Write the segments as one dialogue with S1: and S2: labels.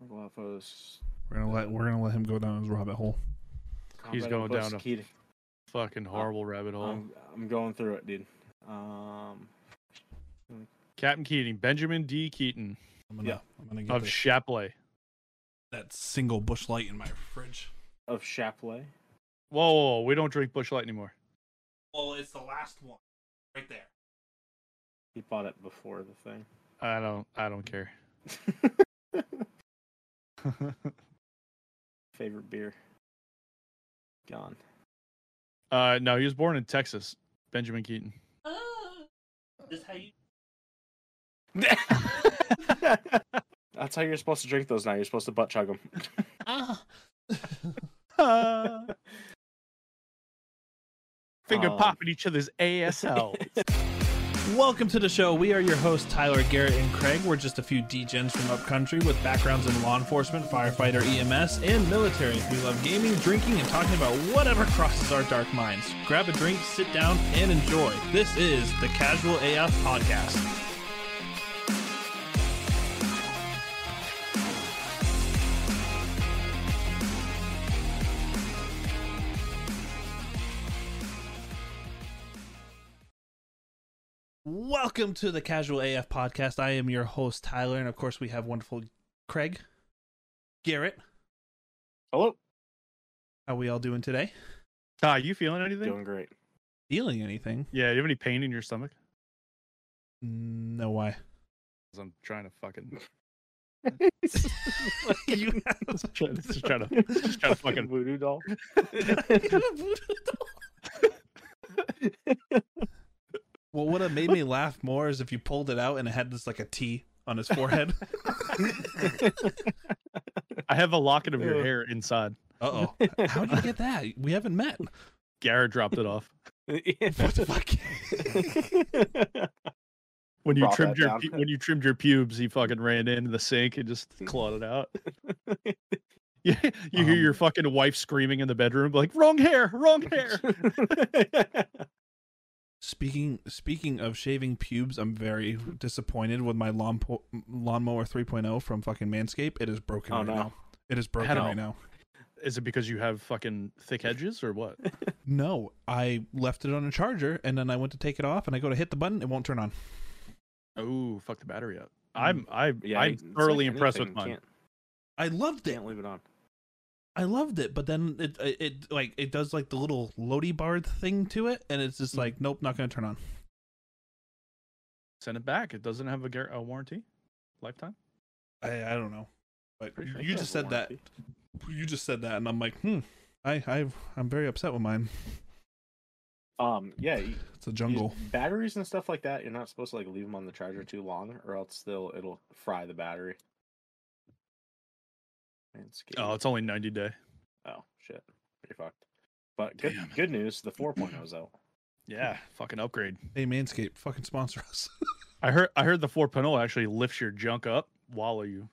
S1: Well, if I was
S2: We're gonna let we're gonna let him go down his rabbit hole.
S1: combat
S3: going down
S1: impulse
S3: to-
S1: key to-
S3: Fucking horrible rabbit hole.
S1: I'm, I'm going through it, dude. Um,
S3: Captain Keating, Benjamin D. Keaton
S2: I'm gonna
S1: Yeah.
S2: I'm gonna get
S3: of
S2: this,
S3: Shapley.
S2: that single bush light in my fridge.
S1: of Chapley.
S3: Whoa, whoa, whoa, we don't drink Bush Light anymore.
S2: Well, it's the last one, right there.
S1: He bought it before the thing.
S3: I don't. I don't care.
S1: Favorite beer. Gone.
S3: uh, no, he was born in Texas. Benjamin Keaton.
S2: Is how you
S1: That's how you're supposed to drink those now. You're supposed to butt chug them.
S3: Finger
S1: Um.
S3: popping each other's ASL.
S2: Welcome to the show. We are your hosts, Tyler, Garrett, and Craig. We're just a few degens from upcountry with backgrounds in law enforcement, firefighter, EMS, and military. We love gaming, drinking, and talking about whatever crosses our dark minds. Grab a drink, sit down, and enjoy. This is the Casual AF Podcast. Welcome to the Casual AF Podcast. I am your host, Tyler, and of course, we have wonderful Craig, Garrett.
S1: Hello.
S2: How we all doing today?
S3: Ty, you feeling anything?
S1: Doing great.
S2: Feeling anything?
S3: Yeah, you have any pain in your stomach?
S2: Mm, No, why?
S3: 'Cause I'm trying to fucking
S2: you
S3: just trying to just trying to fucking
S1: voodoo doll.
S2: well, what made me laugh more is if you pulled it out and it had this like a T on his forehead.
S3: I have a locket of your
S1: Ugh.
S3: hair inside.
S2: Uh oh. How would you get that? We haven't met.
S3: Garrett dropped it off.
S2: What the fuck?
S3: When you
S1: Brought
S3: trimmed
S1: that
S3: your
S1: down.
S3: pu- when you trimmed your pubes, he fucking ran into the sink and just clawed it out. you you hear your
S2: Um,
S3: fucking wife screaming in the bedroom, like wrong hair, wrong hair.
S2: Speaking speaking of shaving pubes, I'm very disappointed with my lawn po- lawnmower 3.0 from fucking Manscaped. It is broken
S1: Oh,
S2: right
S1: no.
S2: now. It is broken
S3: How?
S2: right now.
S3: Is it because you have fucking thick edges or what?
S2: No, I left it on a charger and then I went to take it off and I go to hit the button, it won't turn on.
S3: Oh, fuck the battery up.
S2: Mm.
S3: I'm I
S1: yeah,
S3: I'm
S1: it's like
S3: thoroughly impressed with
S1: anything,
S3: mine.
S1: Can't,
S2: I loved it.
S1: can't leave it on.
S2: I loved it, but then it it, it like it does like the little loady bar thing to it, and it's
S1: Hmm.
S2: just like, nope, not gonna turn on.
S3: Send it back. It doesn't have a, gar- a warranty, lifetime.
S2: I I don't know, but
S3: Pretty sure
S2: you
S3: it
S2: just
S1: has a
S2: said that you just said that, and I'm like, hmm, I I I'm very upset with mine.
S1: Um, yeah, you-
S2: It's a
S1: you-
S2: jungle.
S1: batteries and stuff like that. You're not supposed to like leave them on the charger too long, or else they'll it'll fry the battery. Manscaped.
S3: Oh, it's only ninety day.
S1: Oh shit, you're fucked. But good,
S3: Damn.
S1: good news, the 4.0 is out.
S3: Yeah, fucking upgrade.
S2: Hey, Manscaped, fucking sponsor us.
S3: I heard I heard the 4.0 actually lifts your junk up, wallow you.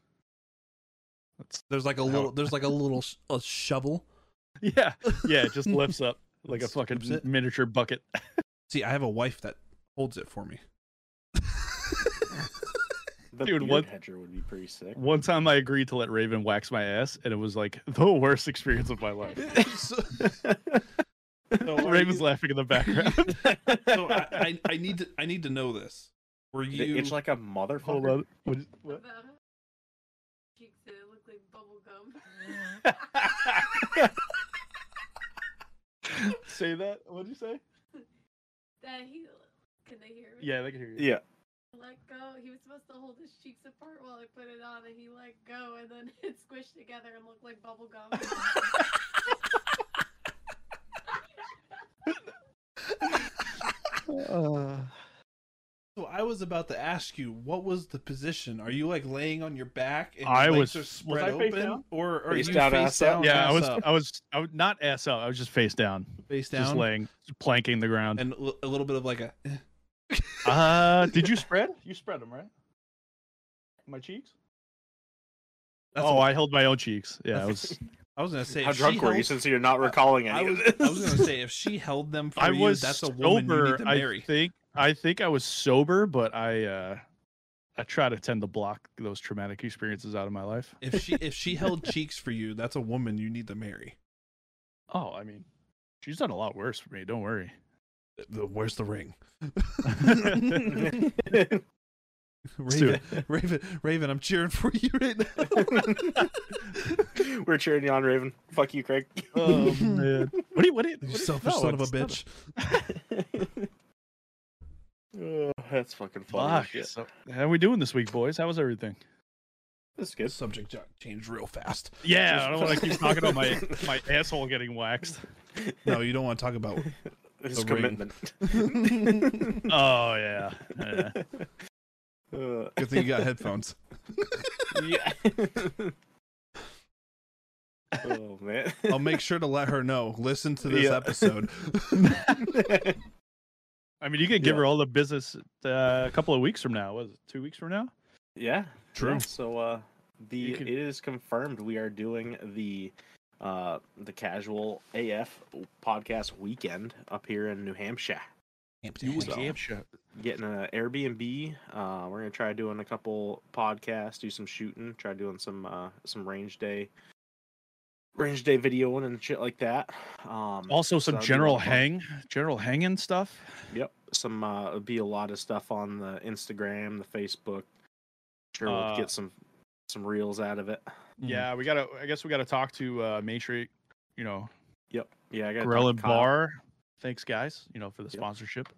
S2: there's like a little there's like a little sh- a shovel.
S3: Yeah, yeah, it just lifts up like a
S2: Just
S3: fucking
S2: flips it.
S3: miniature bucket.
S2: See, I have a wife that holds it for me.
S1: The
S3: Dude,
S1: beard
S3: what-
S1: hedger would be pretty sick.
S3: One time I agreed to let Raven wax my ass, and it was like the worst experience of my life.
S2: so
S3: Raven's laughing in the background.
S2: so I, I I need to I need to know this. Were
S1: Did it
S2: you
S1: itch like a
S3: Hold
S1: motherfucker.
S3: on. What- what?
S4: about it. cheeks that look like bubble gum.
S3: say that. What did you say?
S4: that he can they hear me?
S3: Yeah, they can hear you.
S1: Yeah,
S4: Let go. He was supposed to hold his cheeks apart while I put it on, and he let go, and then it squished together and looked like bubble gum.
S3: Uh,
S2: So I was about to ask you, what was the position? Are you like laying on your back and your
S3: I
S2: legs
S3: was-
S2: are
S3: was
S2: spread
S3: I face
S2: open,
S3: down?
S2: or are
S1: Face
S2: you
S1: down,
S2: face
S1: ass up?
S2: down?
S3: Yeah, I
S2: ass
S3: was,
S2: up,
S3: I was, I was not ass out. I was just face down,
S2: face
S3: just
S2: down,
S3: laying, just planking the ground.
S2: and l- a little bit of like a. eh.
S3: Uh, did you spread? You spread them, right? My cheeks?
S2: That's
S3: oh,
S2: what-
S3: I held my own cheeks. Yeah, I was.
S2: I was gonna say
S1: how
S2: if she
S1: drunk were you
S2: held-
S1: since you're not recalling
S2: I
S1: any
S2: was,
S1: of this?
S2: I was gonna say if she held them for
S3: I
S2: you,
S3: was
S2: that's a woman you
S3: sober.
S2: need to
S3: I
S2: marry.
S3: think. I think I was sober, but I. uh I try to tend to block those traumatic experiences out of my life.
S2: If she if she held cheeks for you, that's a woman you need to marry.
S3: Oh, I mean, she's done a lot worse for me. Don't worry.
S2: The- Where's the ring?
S3: do
S2: Raven, Raven, Raven, I'm cheering for you right now.
S1: We're cheering you on, Raven. Fuck you, Craig.
S3: Oh man, what do you? What do you?
S2: you
S3: what do you-
S2: selfish
S3: no,
S2: son of a
S3: it's not
S2: bitch.
S1: oh, that's fucking funny. as
S3: Fuck.
S1: shit.
S3: So, how we doing this week, boys? How was everything?
S1: That's
S2: The
S1: good.
S2: subject jo- changed real fast.
S3: Yeah, I don't want to keep talking about my my asshole getting waxed.
S2: No, you don't want to talk about.
S1: This
S2: The
S1: is
S2: ring.
S1: commitment.
S3: Oh yeah, yeah.
S1: Uh,
S2: Good thing you got headphones.
S1: yeah. oh man.
S2: I'll make sure to let her know. Listen to this
S1: Yeah.
S2: episode.
S3: I mean, you could give
S1: Yeah.
S3: her all the business uh, a couple of weeks from now. Was it two weeks from now?
S1: yeah.
S2: True.
S1: yeah, so uh the
S3: You could-
S1: it is confirmed we are doing the uh the casual AF podcast weekend up here in New Hampshire.
S2: So,
S1: Getting an Airbnb. Uh we're gonna try doing a couple podcasts, do some shooting, try doing some uh some range day range day videoing and shit like that. Um
S3: Also,
S1: so
S3: some
S1: that'd be a
S3: general
S1: lot of fun.
S3: hang, general hanging stuff.
S1: Yep. Some uh it'll be a lot of stuff on the Instagram, the Facebook. Sure we'll
S3: Uh,
S1: get some some reels out of it.
S3: Yeah, we gotta. I guess we gotta talk to uh, Matrix. You know,
S1: Yep. Yeah, I got
S3: Grill and Bar. Thanks, guys. You know, for the
S1: Yep.
S3: sponsorship.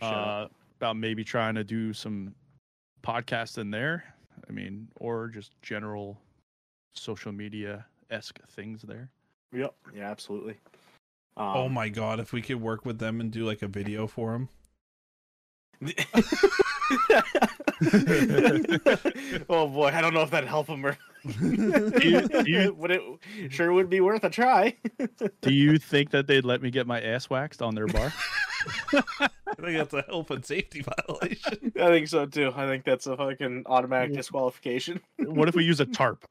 S3: Uh, about maybe trying to do some podcast in there. I mean, or just general social media esque things there.
S1: Yep. Yeah, absolutely.
S2: oh
S1: Um,
S2: my god, if we could work with them and do like a video for them.
S1: oh boy, I don't know if that'd help him or
S3: you- do you-
S1: would it sure would be worth a try.
S3: Do you think that they'd let me get my ass waxed on their bar?
S2: I think that's a health and safety violation.
S1: I think so too. I think that's a fucking automatic
S3: Yeah.
S1: disqualification.
S3: what if we use a tarp?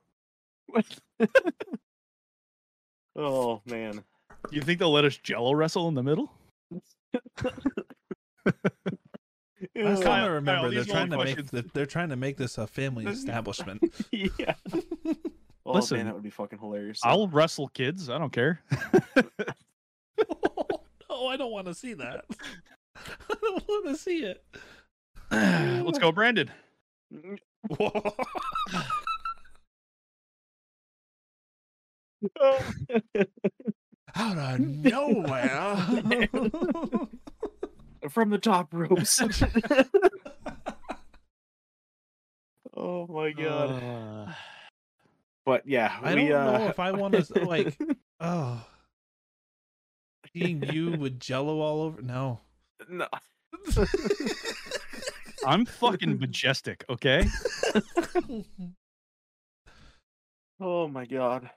S1: Oh man.
S3: You think they'll let us jello wrestle in the middle?
S2: I
S3: Kyle, Kyle,
S2: kind of remember they're
S3: these are all
S2: trying to make
S3: questions.
S2: th- they're trying to make this a family establishment.
S1: yeah. Oh
S3: Listen,
S1: man, that would be fucking hilarious.
S3: I'll wrestle kids. I don't care.
S2: Oh, no, I don't want to see that. I don't want to see it.
S3: Let's go, Brandon.
S2: Out of nowhere.
S1: From the top ropes. oh my god.
S3: Uh,
S1: but yeah,
S2: I
S1: we
S2: don't
S1: uh
S2: know if I want to like. Oh, seeing you with Jello all over. No.
S1: no.
S3: I'm fucking majestic, okay?
S1: Oh my god.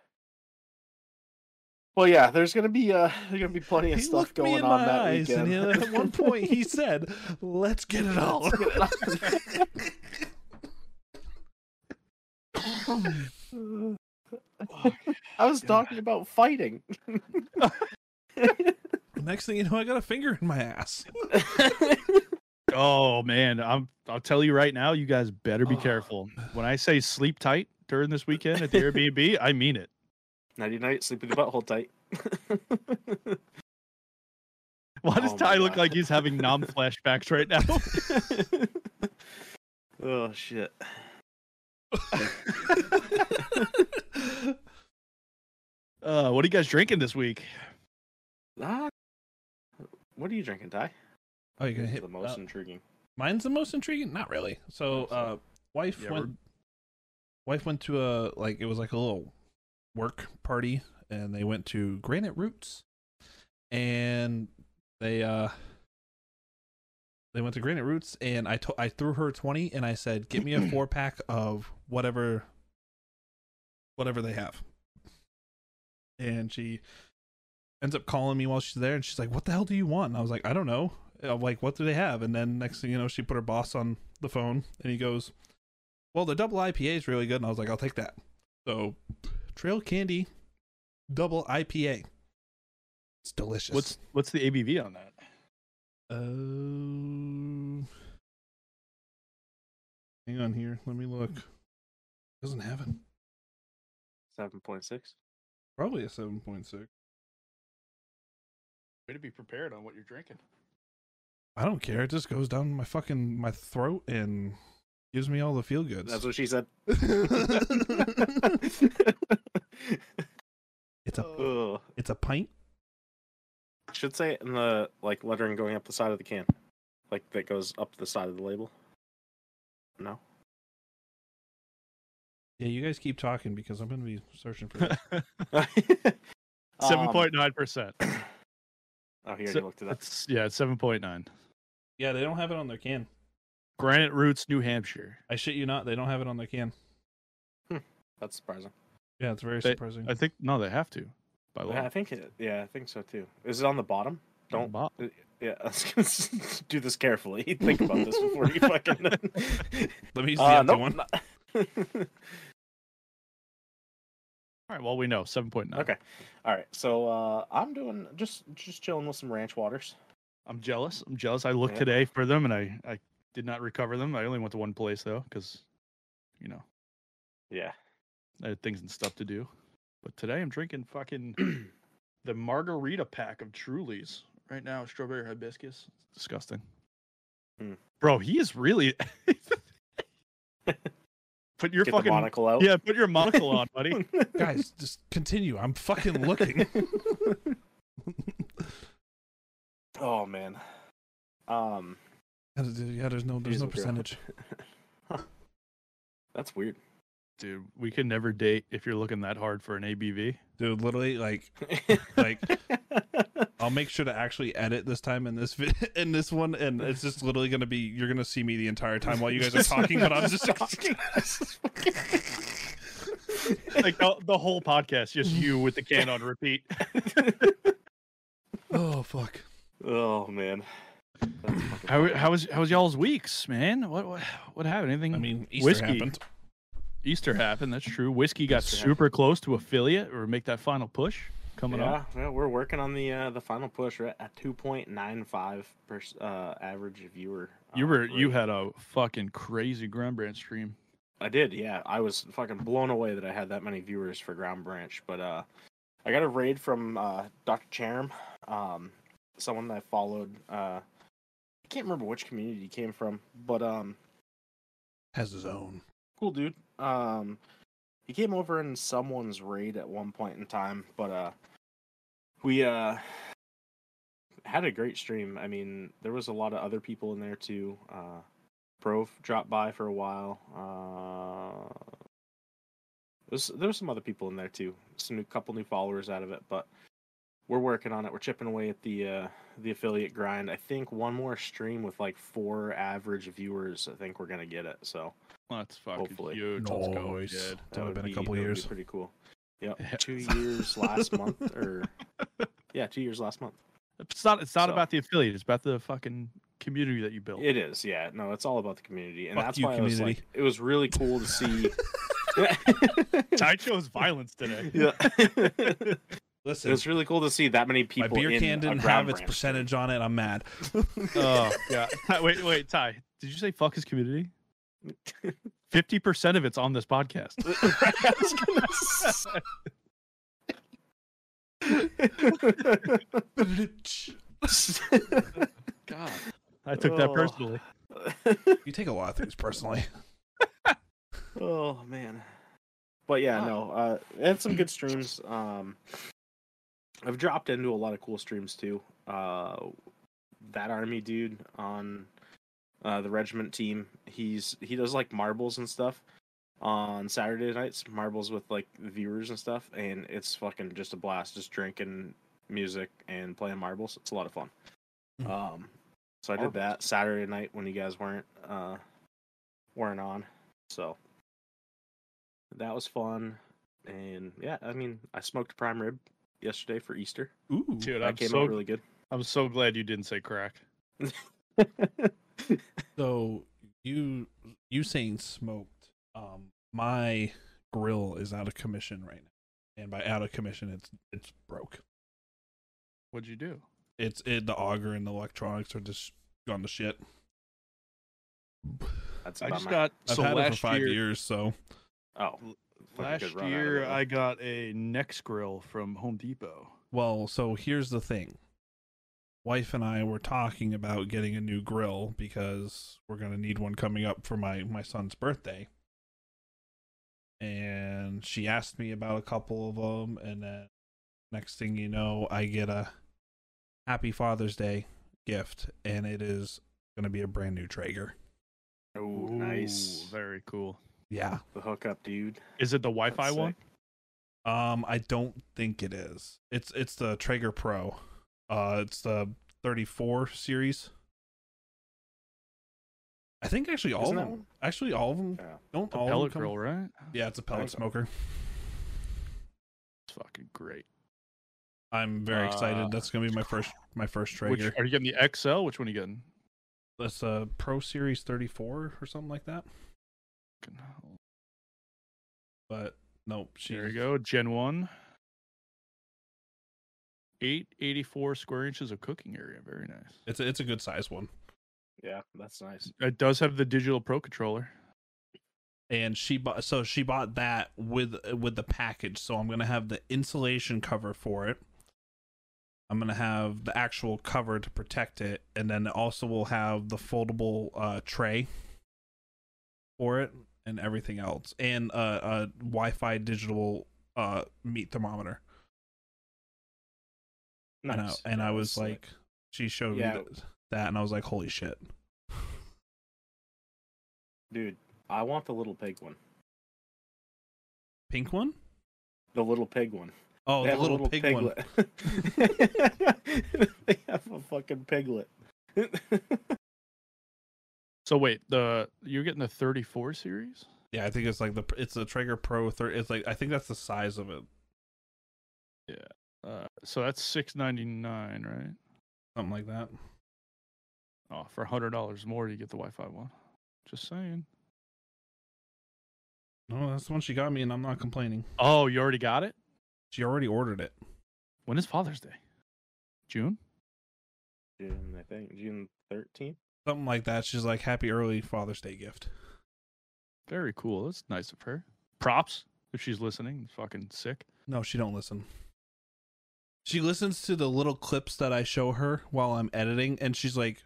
S1: Well, yeah, there's gonna be uh, there's gonna be plenty of
S2: he
S1: stuff
S2: looked
S1: going
S2: me in
S1: on
S2: my
S1: that
S2: eyes,
S1: weekend.
S2: and he- at one point he said, "Let's get it all." Oh,
S1: I was
S3: God.
S1: talking about fighting.
S2: Next thing you know, I got a finger in my ass.
S3: Oh man, I'm I'll tell you right now, you guys better be
S1: Oh.
S3: careful. When I say sleep tight during this weekend at the Airbnb, I mean it.
S1: Nighty night, sleep with your butthole tight.
S3: Why does
S1: Oh, my
S3: Ty look
S1: God.
S3: like he's having nom flashbacks right now?
S1: oh shit.
S3: Uh, what are you guys drinking this week?
S1: Ah, what are you drinking, Ty?
S2: Oh, you're gonna
S1: This is
S2: hit
S1: the most
S2: uh,
S1: intriguing.
S2: mine's the most intriguing. Not really. So, uh, wife
S3: Yeah, we're-
S2: went. Wife went to a like it was like a little work party, and they went to Granite Roots, and they uh. They went to Granite Roots, and I to- I threw her twenty, and I said, "Get me a four pack of whatever, whatever they have." And she ends up calling me while she's there and she's like what the hell do you want and i was like i don't know I'm like what do they have and then next thing you know she put her boss on the phone and he goes well the double ipa is really good and i was like i'll take that so trail candy double ipa it's delicious
S3: What's what's the ABV on that?
S2: um Hang on here. Let me look. Doesn't have it.
S1: Seven point six.
S2: Probably a seven point six.
S3: Way to be prepared on what you're drinking.
S2: I don't care. It just goes down my fucking my throat and gives me all the feel goods.
S1: That's what she said.
S2: it's a
S3: Oh,
S1: Ugh.
S2: it's a pint.
S1: Should say it in the like lettering going up the side of the can, like that goes up the side of the label. No.
S2: Yeah, you guys keep talking because I'm gonna be searching for that.
S3: Seven
S1: Um,
S3: point nine percent.
S1: Oh, he already
S3: So-
S1: looked it up.
S3: That's yeah, it's seven point nine.
S2: yeah, they don't have it on their can.
S3: Granite Roots, New Hampshire.
S2: I shit you not, they don't have it on their can.
S1: That's surprising.
S2: Yeah, it's very
S3: They-
S2: surprising.
S3: I think no, they have to by
S2: Oh,
S3: law.
S1: Yeah, I think it. Yeah, I think so too. Is it on the bottom? Don't
S3: Bo-
S1: Yeah, I was gonna s- do this carefully. Think about this before you fucking.
S2: Let me use the
S1: uh,
S2: empty
S1: nope,
S2: one.
S1: not-
S3: All right. Well, we know seven point nine.
S1: Okay. All right, so uh, I'm doing just just chilling with some ranch waters.
S3: I'm jealous. I'm jealous. I looked
S1: Yeah.
S3: today for them and I I did not recover them. I only went to one place though because, you know,
S1: Yeah.
S3: I had things and stuff to do. But today I'm drinking fucking the margarita pack of Trulies right now. Strawberry hibiscus. It's disgusting.
S1: Hmm.
S3: Bro, he is really. put your
S1: Get the
S3: fucking
S1: monocle out.
S3: yeah. Put your monocle on, buddy.
S2: Guys, just continue. I'm fucking looking.
S1: oh man. Um,
S2: yeah, there's no there's
S1: Jeez,
S2: no
S1: I'm drunk.
S2: percentage.
S1: that's weird.
S3: Dude, we can never date if you're looking that hard for an ABV.
S2: Dude, literally like like I'll make sure to actually edit this time in this vi- in this one, and it's just literally gonna be you're gonna see me the entire time while you guys are talking, but I'm just talking.
S3: Like the, the whole podcast, just you with the can on repeat.
S2: oh fuck!
S1: oh man. That's fucking
S3: How how was how was y'all's weeks, man? What what, what happened? Anything?
S2: I mean, Easter
S3: Whiskey.
S2: happened.
S3: Easter happened. That's true. Whiskey got
S1: Easter
S3: super close to affiliate or make that final push coming
S1: yeah,
S3: up.
S1: yeah, we're working on the uh, the final push. We're at two point nine five per uh, average viewer.
S3: You
S1: uh,
S3: were you
S1: rate.
S3: had a fucking crazy ground brand stream.
S1: I did, yeah. I was fucking blown away that I had that many viewers for Ground Branch, but uh, I got a raid from uh, Dr. Charum, um, someone that I followed. Uh, I can't remember which community he came from, but um,
S2: Has his own.
S1: cool dude. Um, he came over in someone's raid at one point in time, but uh, we uh had a great stream. I mean, there was a lot of other people in there too. Uh, Pro dropped by for a while. Uh, there's there was some other people in there too. Some new couple new followers out of it, but we're working on it. We're chipping away at the uh the affiliate grind. I think one more stream with like four average viewers. I think we're gonna get it. So.
S3: Well, that's fucking
S1: Hopefully.
S3: huge. Let's go,
S2: Nice.
S3: dude.
S2: That would've been a couple
S1: that would be
S2: years.
S1: Pretty cool. Yep.
S3: Yeah.
S1: Two years last month, or yeah, two years last month.
S3: It's not it's not
S1: So-
S3: about the affiliate. It's about the fucking community that you built.
S1: It is, yeah. No, it's all about the community, and
S2: Fuck
S1: that's
S2: you,
S1: why I was
S2: community.
S1: like, it was really cool to see.
S3: I chose violence today.
S1: yeah. it
S2: Listen,
S1: was really cool to see that many
S2: my
S1: people.
S2: beer
S1: in
S2: can
S1: a
S2: didn't
S1: Ground
S2: have its
S1: Branch.
S2: percentage on it. I'm mad. Uh,
S3: Oh yeah. Ty- Wait, wait, Ty. Did you say fuck his community? Fifty percent of it's on this podcast.
S1: I was gonna s-
S3: God. I took that
S1: Oh.
S3: personally.
S2: you take a lot of things personally.
S1: Oh man. But yeah,
S3: Ah.
S1: no, uh I had some good streams. Um I've dropped into a lot of cool streams too. Uh that army dude on uh the regiment team, he's he does like marbles and stuff on Saturday nights, marbles with like viewers and stuff, and it's fucking just a blast just drinking music and playing marbles. It's a lot of fun.
S2: Hmm.
S1: Um so I did
S3: Marbles.
S1: that Saturday night when you guys weren't uh weren't on. So that was fun. And yeah, I mean, I smoked prime rib yesterday for Easter.
S2: Ooh,
S3: Dude,
S1: that
S3: I'm
S1: came
S3: so
S1: out really good.
S3: I'm so glad you didn't say crack.
S2: so you you saying smoked? Um, my grill is out of commission right now, and by out of commission, it's it's broke.
S3: What'd you do?
S2: it's it the auger and the electronics are just gone to shit.
S1: That's
S3: I
S1: about
S3: just
S1: my-
S3: got
S2: I've
S3: so
S2: had it
S3: last
S2: for five
S3: year.
S2: years, so
S1: Oh, fucking
S3: Last
S1: good run out of
S3: year
S1: it.
S3: I got a Nex grill from Home Depot.
S2: well, so here's the thing. Wife and I were talking about getting a new grill because we're gonna need one coming up for my my son's birthday. And she asked me about a couple of them, and then next thing you know, I get a Happy Father's Day gift, and it is gonna be a brand new Traeger.
S1: Ooh, Oh, nice.
S3: Ooh, Very cool.
S2: Yeah.
S1: The hookup, dude.
S3: Is it the
S1: That's
S3: Wi-Fi one?
S1: sick.
S2: Um, I don't think it is. It's it's the Traeger Pro. Uh, it's the 34 series. I think actually all
S1: Isn't
S2: of
S1: that
S2: them.
S1: one?
S2: Actually, all of them.
S1: Yeah.
S2: Don't
S3: The
S2: all
S3: pellet
S2: of them come-
S3: grill, right?
S2: Yeah, it's a pellet
S1: Think so.
S2: smoker.
S3: It's fucking great.
S2: I'm very
S3: Uh,
S2: excited. That's gonna be my first my first
S3: Which
S2: Traeger.
S3: are you getting the XL? Which one are you getting?
S2: That's a Pro Series 34 or something like that.
S3: Fucking hell.
S2: But nope. She
S3: There you go, Gen One. Eight eighty-four square inches of cooking area. Very nice.
S2: It's a, it's a good size one,
S1: Yeah, that's nice.
S3: It does have the digital pro controller.
S2: and she bought so she bought that with with the package. So I'm gonna have the insulation cover for it. I'm gonna have the actual cover to protect it, and then also we'll have the foldable uh, tray for it and everything else, and uh, a Wi-Fi digital uh, meat thermometer.
S1: Nice.
S2: And I, and I
S1: That's
S2: was
S1: sick.
S2: like, she showed
S1: Yeah.
S2: me th- that, and I was like, holy shit!
S1: dude, I want the little pig one.
S2: Pink one?
S1: The little pig one.
S2: Oh,
S1: They
S2: the
S1: have a
S2: little, pig one.
S1: piglet. they have a fucking piglet.
S3: So wait, the you're getting the thirty-four series?
S2: Yeah, I think it's like the it's the Traeger Pro. Thir- it's like I think that's the size of it,
S3: Uh, so that's six ninety-nine, right?
S2: something like that.
S3: Oh, for hundred dollars more, you get the Wi-Fi one. Just saying.
S2: No, that's the one she got me, and I'm not complaining.
S3: Oh, you already got it.
S2: She already ordered it.
S3: When is Father's Day? June.
S1: June, I think June thirteenth.
S2: Something like that. She's like, "Happy early Father's Day gift."
S3: Very cool. That's nice of her. Props if she's listening. Fucking sick.
S2: No, she don't listen. She listens to the little clips that I show her while I'm editing, and she's like,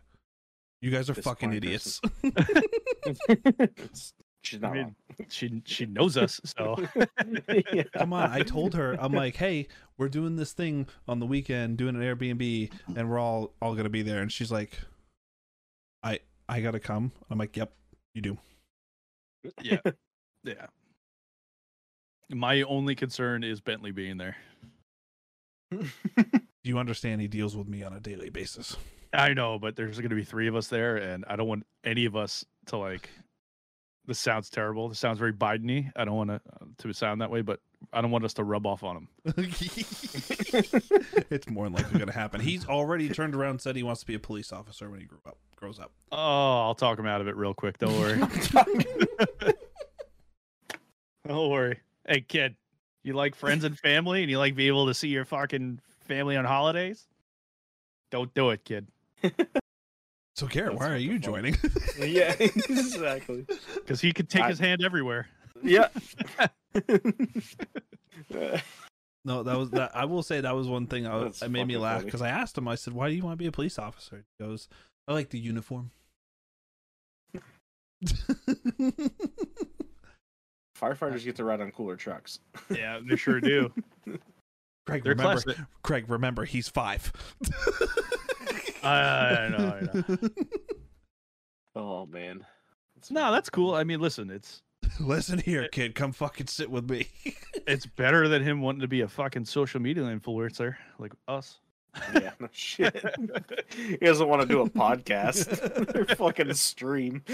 S2: "You guys are fucking
S1: Disappointed
S2: idiots."
S1: She's
S3: I
S1: not.
S3: mean, she she knows us, so
S1: wrong. Yeah.
S2: Come on, I told her. I'm like, "Hey, we're doing this thing on the weekend, doing an Airbnb, and we're all all gonna be there." And she's like, "I I gotta come." I'm like, "Yep, you do."
S3: yeah, yeah. My only concern is Bentley being there.
S2: Do you understand? He deals with me on a daily basis.
S3: I know, but there's going to be three of us there, and I don't want any of us to like. This sounds terrible. This sounds very Bideny. I don't want to to sound that way, but I don't want us to rub off on him.
S2: it's more than likely going to happen. He's already turned around and said he wants to be a police officer when he grew up, grows up.
S3: Oh, I'll talk him out of it real quick. Don't worry. Don't worry. Hey, kid, you like friends and family, and you like being able to see your fucking family on holidays? Don't do it, kid,
S2: So, Garrett,
S1: That's
S2: why are
S1: not
S2: you
S1: the
S2: joining?
S1: yeah, exactly.
S3: because he could take
S1: I-
S3: his hand everywhere.
S1: Yeah.
S2: no, that was that. I will say that was one thing I was,
S1: That's
S2: that made me
S1: fucking
S2: laugh
S1: funny.
S2: because I asked him. I said, "Why do you want to be a police officer?" He goes, "I like the uniform."
S1: Firefighters get to ride on cooler trucks.
S3: Yeah, they sure do.
S2: Craig,
S3: They're
S2: remember,
S3: classic.
S2: Craig, remember, he's five.
S3: I know, I
S1: Oh man. That's
S3: No, that's cool. I mean, listen, it's
S2: Listen here, kid, come fucking sit with me.
S3: it's better than him wanting to be a fucking social media influencer like us.
S1: Yeah, no shit. he doesn't want to do a podcast or fucking stream.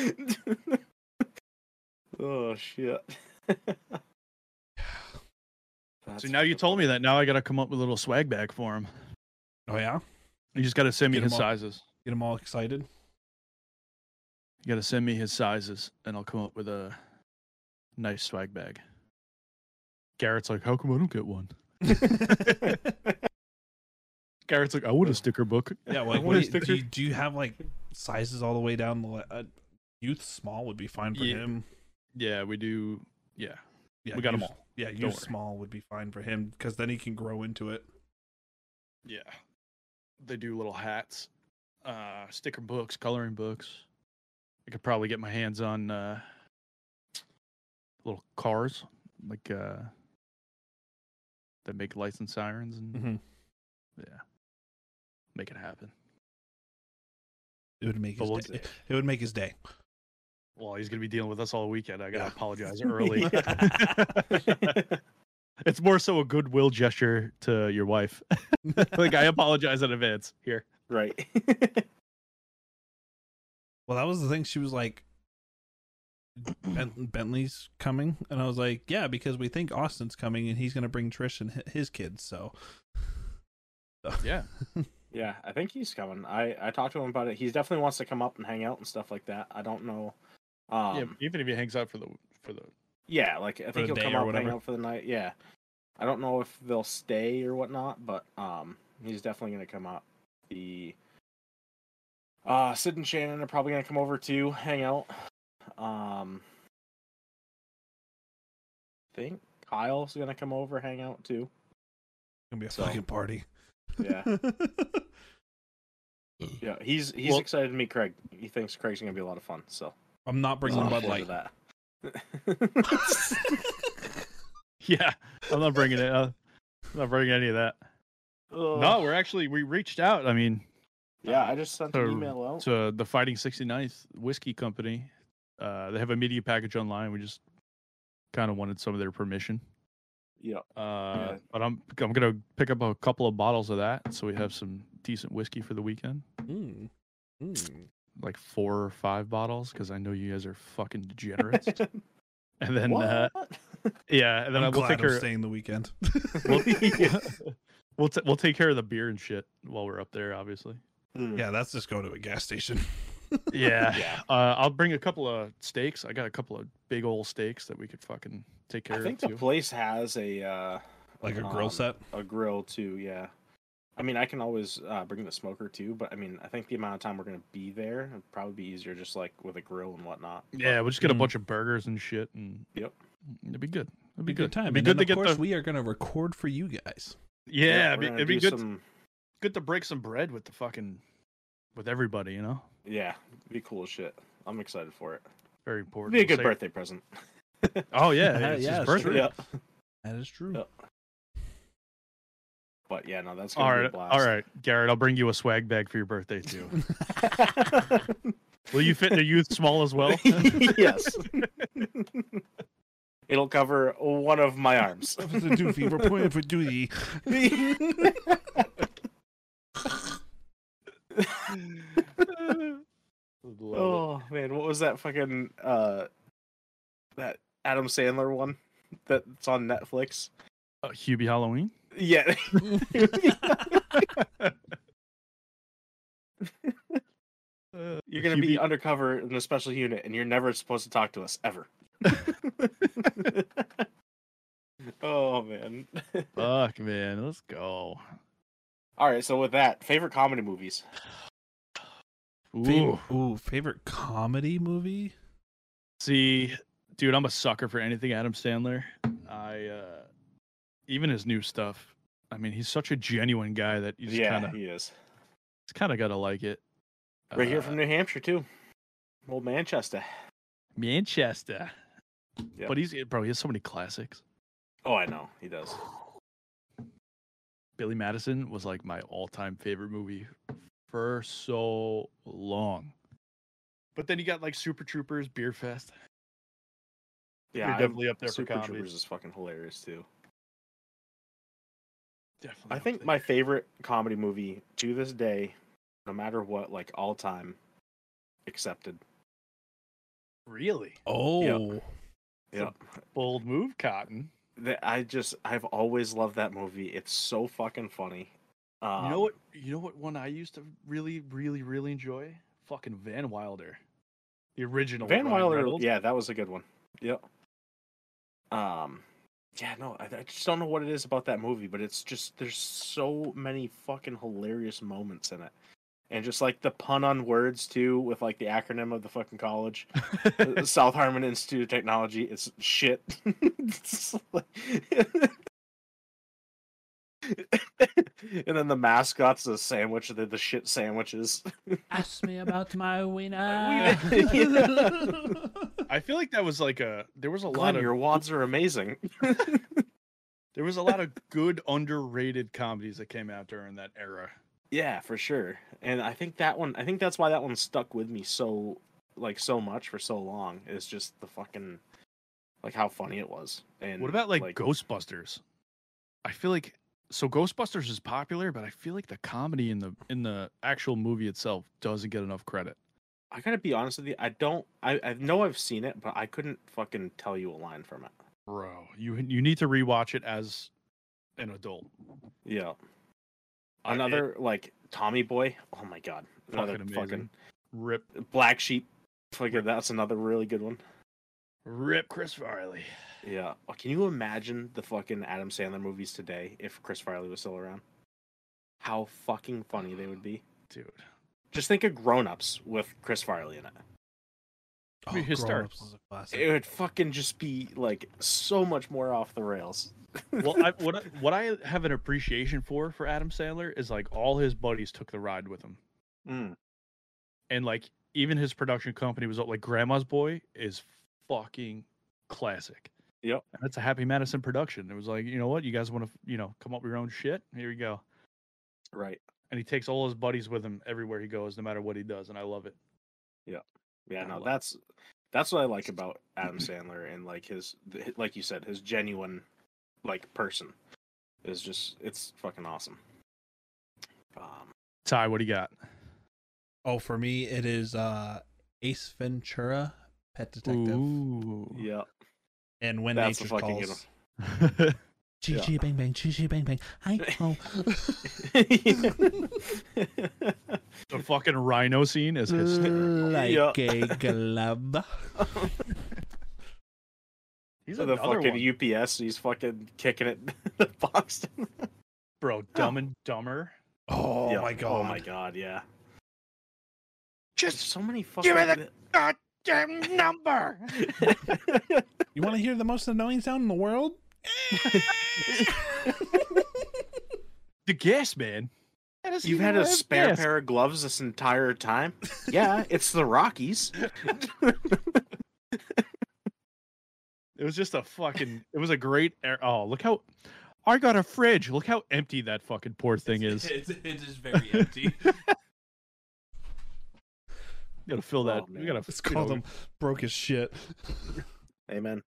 S1: oh shit.
S3: so now you told me that. Now I got to come up with a little swag bag for him.
S2: Oh yeah,
S3: You just got to send me
S2: Get him
S3: his
S2: all-
S3: sizes.
S2: get them all excited.
S3: You got to send me his sizes, and I'll come up with a nice swag bag. Garrett's like, how come I don't get one? Garrett's like, I want a sticker book.
S2: Yeah,
S3: I
S2: like
S3: want
S2: what
S3: a
S2: do, you, do,
S3: sticker.
S2: you, do you have like sizes all the way down the? le- Uh, Youth Small would be fine for
S3: Yeah.
S2: him.
S3: Yeah, we do. Yeah,
S2: Yeah,
S3: we got them
S2: Youth-
S3: all.
S2: Yeah,
S3: Don't
S2: Youth
S3: worry.
S2: Small would be fine for him because then he can grow into it.
S3: Yeah, they do little hats, uh, sticker books, coloring books. I could probably get my hands on uh, little cars like uh, that make lights and sirens, and
S2: Mhm.
S3: yeah, make it happen.
S2: It would make
S3: But
S2: his
S3: we'll
S2: day. It would make his day.
S3: Well, he's gonna be dealing with us all weekend. I gotta
S2: Yeah.
S3: apologize early.
S1: Yeah.
S3: it's more so a goodwill gesture to your wife. like I apologize in advance here.
S1: right.
S2: Well, that was the thing. She was like, ben- "Bentley's coming," and I was like, "Yeah," because we think Austin's coming, and he's going to bring Trish and hi- his kids. So,
S3: Yeah.
S1: yeah, I think he's coming. I I talked to him about it. He definitely wants to come up and hang out and stuff like that. I don't know. Um,
S3: yeah. Even if he hangs out for the for the
S1: Yeah, like I think
S2: the
S1: he'll
S2: day
S1: come
S2: or
S1: out hang
S2: whatever.
S1: out for the night. Yeah, I don't know if they'll stay or whatnot, but um, he's definitely gonna come out. The uh, Sid and Shannon are probably gonna come over too, hang out. Um, I think Kyle's gonna come over, hang out too.
S2: gonna be a
S1: So-
S2: fucking party.
S1: Yeah, yeah, he's he's
S3: Well-
S1: excited to meet Craig. He thinks Craig's gonna be a lot of fun. So
S2: I'm not bringing
S1: looking forward
S2: Bud Light.
S1: to
S3: yeah. I'm not bringing it. Uh, I'm not bringing any of that.
S1: that.
S3: No, we're actually we reached out. I mean,
S1: yeah, I just sent an
S3: So-
S1: email out.
S3: to the Fighting 69th Whiskey Company. Uh, they have a media package online. We just kind of wanted some of their permission.
S1: yeah,
S3: Uh,
S1: Yeah.
S3: But I'm I'm gonna pick up a couple of bottles of that, so we have some decent whiskey for the weekend.
S2: Mm. Mm.
S3: Like four or five bottles, because I know you guys are fucking degenerates. and then uh,
S1: What?
S3: yeah, and then
S2: I'm
S3: I will
S2: glad
S3: take
S2: I'm
S3: her.
S2: staying the weekend.
S3: We'll, we'll, ta- we'll take care of the beer and shit while we're up there, obviously.
S1: Mm.
S2: yeah, that's just go to a gas station.
S3: Yeah.
S1: Yeah.
S3: Uh, I'll bring a couple of steaks. I got a couple of big old steaks that we could fucking take care
S1: I think
S3: of
S1: the
S3: too.
S1: place has a uh,
S2: like a grill
S1: um,
S2: set.
S1: a grill too. Yeah, I mean, I can always uh, bring the smoker too, but I mean, I think the amount of time we're gonna be there it'd probably be easier just like with a grill and whatnot. but-
S3: yeah, we'll just get a
S2: Mm.
S3: bunch of burgers and shit, and
S1: Yep.
S3: it'd be good. It'd
S2: Be
S3: be
S2: good time.
S3: It'd be
S2: and
S3: good
S2: then,
S3: to
S2: of
S3: get
S2: course,
S3: the
S2: we are going to record for you guys.
S3: yeah. it'd
S1: we're
S3: be,
S1: gonna
S3: it'd be
S1: do
S3: good.
S1: some-
S3: good to break some bread with the fucking with everybody, you know?
S1: Yeah, it'd be cool as shit. I'm excited for it.
S3: Very
S1: It'd
S3: important.
S1: be a good
S3: Say-
S1: birthday present.
S3: Oh yeah,
S2: Yeah,
S3: it's
S2: yeah,
S3: his
S2: it's true.
S3: birthday.
S1: Yeah.
S2: That is true.
S1: Yep. But yeah, no, that's gonna
S3: All
S1: be a
S3: right,
S1: blast.
S3: all right, Garrett. I'll bring you a swag bag for your birthday too. Will you fit in a youth small as well?
S1: yes. It'll cover one of my arms.
S2: Officer Doofy, reporting for duty.
S3: Love
S1: Oh man, what was that fucking uh that Adam Sandler one that's on Netflix?
S3: it. Uh, Hubie Halloween.
S1: Yeah. You're gonna be undercover in a special unit and you're never supposed to talk to us ever. oh man.
S3: Fuck, man. Let's go.
S1: Alright, so with that, favorite comedy movies.
S3: Ooh.
S2: Favorite, ooh, favorite comedy movie?
S3: See, dude, I'm a sucker for anything Adam Sandler. I uh even his new stuff. I mean, he's such a genuine guy that you just
S1: yeah,
S3: kind of
S1: he is.
S3: just kind of got to like it.
S1: Right here
S3: Uh,
S1: from New Hampshire too. Old Manchester.
S3: Manchester.
S1: Yeah.
S3: But he's bro, he has so many classics.
S1: Oh I know, he does.
S3: Billy Madison was like my all-time favorite movie for so long. But then you got like Super Troopers, Beer Fest.
S1: Yeah,
S3: You're
S1: I-
S3: definitely up there for
S1: Super
S3: comedy.
S1: Troopers is fucking hilarious too.
S3: Definitely.
S1: I
S3: up
S1: think
S3: there.
S1: my favorite comedy movie to this day, no matter what, like all time, accepted.
S3: really
S2: Oh,
S1: Yeah,
S3: bold move, Cotton.
S1: That- I just I've always loved that movie. It's so fucking funny. Um,
S3: you know what? You know what one I used to really, really, really enjoy? Fucking Van Wilder, the original.
S1: Van
S3: Ryan
S1: Wilder.
S3: Reynolds.
S1: Yeah, that was a good one. Yep. Um, yeah, no, I, I just don't know what it is about that movie, but it's just there's so many fucking hilarious moments in it. and just like the pun on words too with like the acronym of the fucking college south harmon institute of technology is shit It's like- and then the mascots the sandwich they're the shit sandwiches
S2: Ask me about my wiener.
S1: Wiener.
S3: I feel like that was like a there was a lot
S1: Glenn,
S3: of
S1: your wads are amazing
S3: there was a lot of good underrated comedies that came out during that era.
S1: Yeah, for sure. And I think that one I think that's why that one stuck with me so like so much for so long is just the fucking like how funny it was. And
S3: What about like, Ghostbusters? I feel like so Ghostbusters is popular, but I feel like the comedy in the in the actual movie itself doesn't get enough credit.
S1: I gotta be honest with you, I don't I, I know I've seen it, but I couldn't fucking tell you a line from it.
S3: Bro, you you need to rewatch it as an adult.
S1: Yeah.
S3: I- it-
S1: Another like Tommy Boy. Oh my god. Another
S3: Fucking
S1: fucking,
S3: amazing. Rip
S1: black sheep. Fucking that's another really good one.
S3: rip Chris Farley.
S1: Yeah. Oh, can you imagine the fucking Adam Sandler movies today if Chris Farley was still around? How fucking funny they would be.
S3: Dude.
S1: Just think of Grown Ups with Chris Farley in it.
S2: Oh,
S3: Be his
S2: Grown
S3: star.
S2: Ups was a classic.
S1: It would fucking just be like so much more off the rails.
S3: well, I, what I- what I have an appreciation for for Adam Sandler is like all his buddies took the ride with him,
S1: Mm.
S3: and like even his production company was like Grandma's Boy is fucking classic.
S1: Yep.
S3: And that's a Happy Madison production. It was like you know what you guys want to you know come up with your own shit. Here you go.
S1: Right.
S3: And he takes all his buddies with him everywhere he goes, no matter what he does, and I love it.
S1: Yeah. No,
S3: Well-
S1: that's that's what I like about Adam Sandler and like his th- like you said his genuine like person is just it's fucking awesome. Um,
S3: Ty, what do you got?
S2: Oh, for me, it is uh, Ace Ventura, Pet Detective,
S3: Ooh.
S1: yeah.
S2: and When
S1: That's a
S2: Nature
S1: fucking good
S2: Calls. Chee
S1: Yeah.
S2: chee bang bang, chee chee bang bang. Hi ho.
S3: the fucking rhino scene is hysterical.
S2: like
S1: Yeah.
S2: a glove.
S3: He's
S1: the
S3: another
S1: fucking
S3: one.
S1: UPS. He's fucking kicking it in the box.
S3: bro. Dumb and Dumber.
S2: Oh
S1: Yeah.
S2: my god.
S1: Oh my god! Yeah. There's so many fucking.
S3: give me goddamn number.
S2: You want to hear the most annoying sound in the world?
S3: the gas man. That is
S1: You've
S3: the
S1: had a
S3: last
S1: spare
S3: gas.
S1: pair of gloves this entire time. Yeah, it's the Rockies.
S3: It was just a fucking. It was a great. Air, oh, look how. I got a fridge. Look how empty that fucking poor thing is.
S2: It's, it is very empty.
S3: We gotta fill that.
S1: Oh,
S3: we
S1: man.
S3: gotta.
S2: Let's
S3: you
S2: call
S3: know,
S2: them broke as shit.
S1: Amen.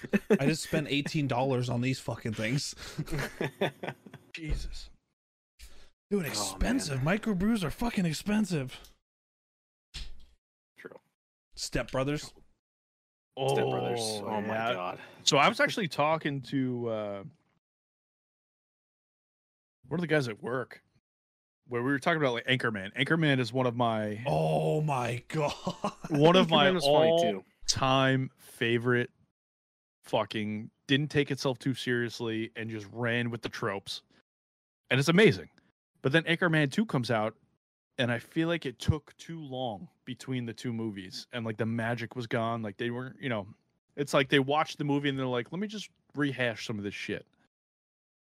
S2: I just spent eighteen dollars on these fucking things.
S3: Jesus.
S2: Dude,
S1: Oh, man.
S2: expensive. Microbrews are fucking expensive.
S1: True.
S2: Step Brothers.
S3: Oh,
S1: Step Brothers. Oh my
S3: yeah.
S1: god.
S3: So I was actually talking to uh, one of the guys at work, where we were talking about like Anchorman. Anchorman is one of my
S2: Oh my god.
S3: one of my
S1: Oh, Anchorman was funny,
S3: all time favorite fucking didn't take itself too seriously and just ran with the tropes. And it's amazing. But then Anchorman 2 comes out and I feel like it took too long between the two movies and like the magic was gone like they weren't, you know, it's like they watched the movie and they're like, "Let me just rehash some of this shit."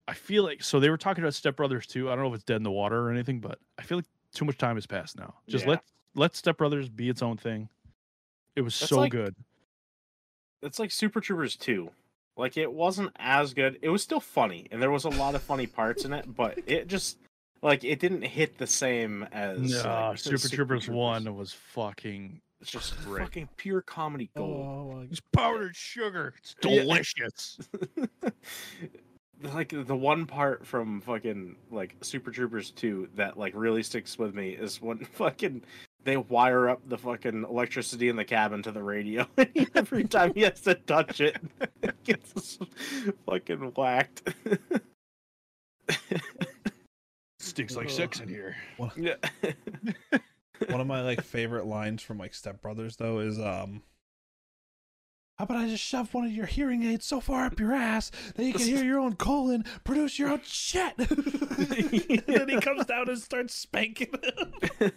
S3: I feel like so they were talking about Step Brothers 2. I don't know if it's dead in the water or anything, but I feel like too much time has passed now. Just
S1: Yeah.
S3: let let Step Brothers be its own thing. It was
S1: That's
S3: so
S1: like-
S3: good.
S1: It's like Super Troopers 2. Like it wasn't as good. It was still funny, and there was a lot of funny parts in it, but it just like it didn't hit the same as
S3: No,
S1: like,
S3: Super, Troopers One was fucking.
S1: It's just
S3: great.
S1: fucking pure comedy gold.
S2: Oh,
S3: It's powdered sugar. It's
S1: Yeah.
S3: delicious.
S1: like the one part from fucking like Super Troopers 2 that like really sticks with me is when fucking they wire up the fucking electricity in the cabin to the radio every time he has to touch it it gets fucking whacked
S3: Stinks like
S2: Ugh.
S3: sex in here.
S1: yeah
S2: one of my like favorite lines from like Step Brothers though is um How about I just shove one of your hearing aids so far up your ass that you can hear your own colon produce your own shit? and then he comes down and starts spanking him.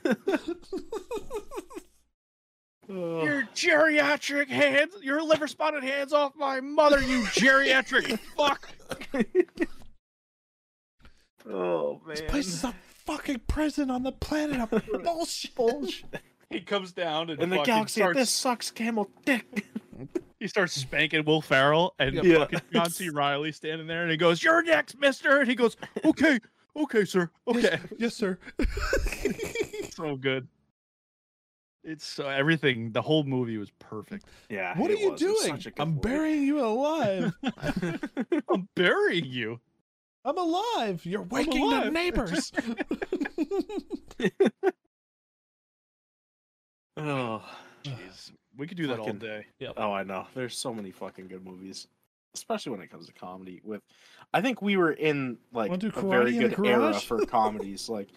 S3: Your geriatric hands, your liver spotted hands off my mother, you geriatric fuck.
S1: Oh man.
S2: this place is a fucking prison on the planet of bullshit.
S3: He comes down and,
S1: in the
S3: fucking
S1: galaxy,
S3: starts,
S1: this sucks camel dick.
S3: he starts spanking Will Farrell and
S1: Yeah.
S3: fucking John C. Riley standing there and he goes, You're next, mister. And he goes, Okay, okay, sir. Okay.
S2: yes, sir.
S3: so good. It's so everything, the whole movie was perfect.
S1: Yeah.
S2: what are
S1: it
S2: you
S1: was. It was
S2: doing?
S1: such a good
S2: I'm
S1: word.
S2: burying you alive.
S3: I'm burying you.
S2: I'm alive. You're waking the
S3: alive.
S2: neighbors.
S1: Oh,
S3: Jeez. We could do that all
S1: Fucking-
S3: day.
S1: oh, I know. There's so many fucking good movies, especially when it comes to comedy. With, I think we were in like
S2: Wanna do
S1: a very
S2: karate in the
S1: good era
S2: garage?
S1: for comedies. like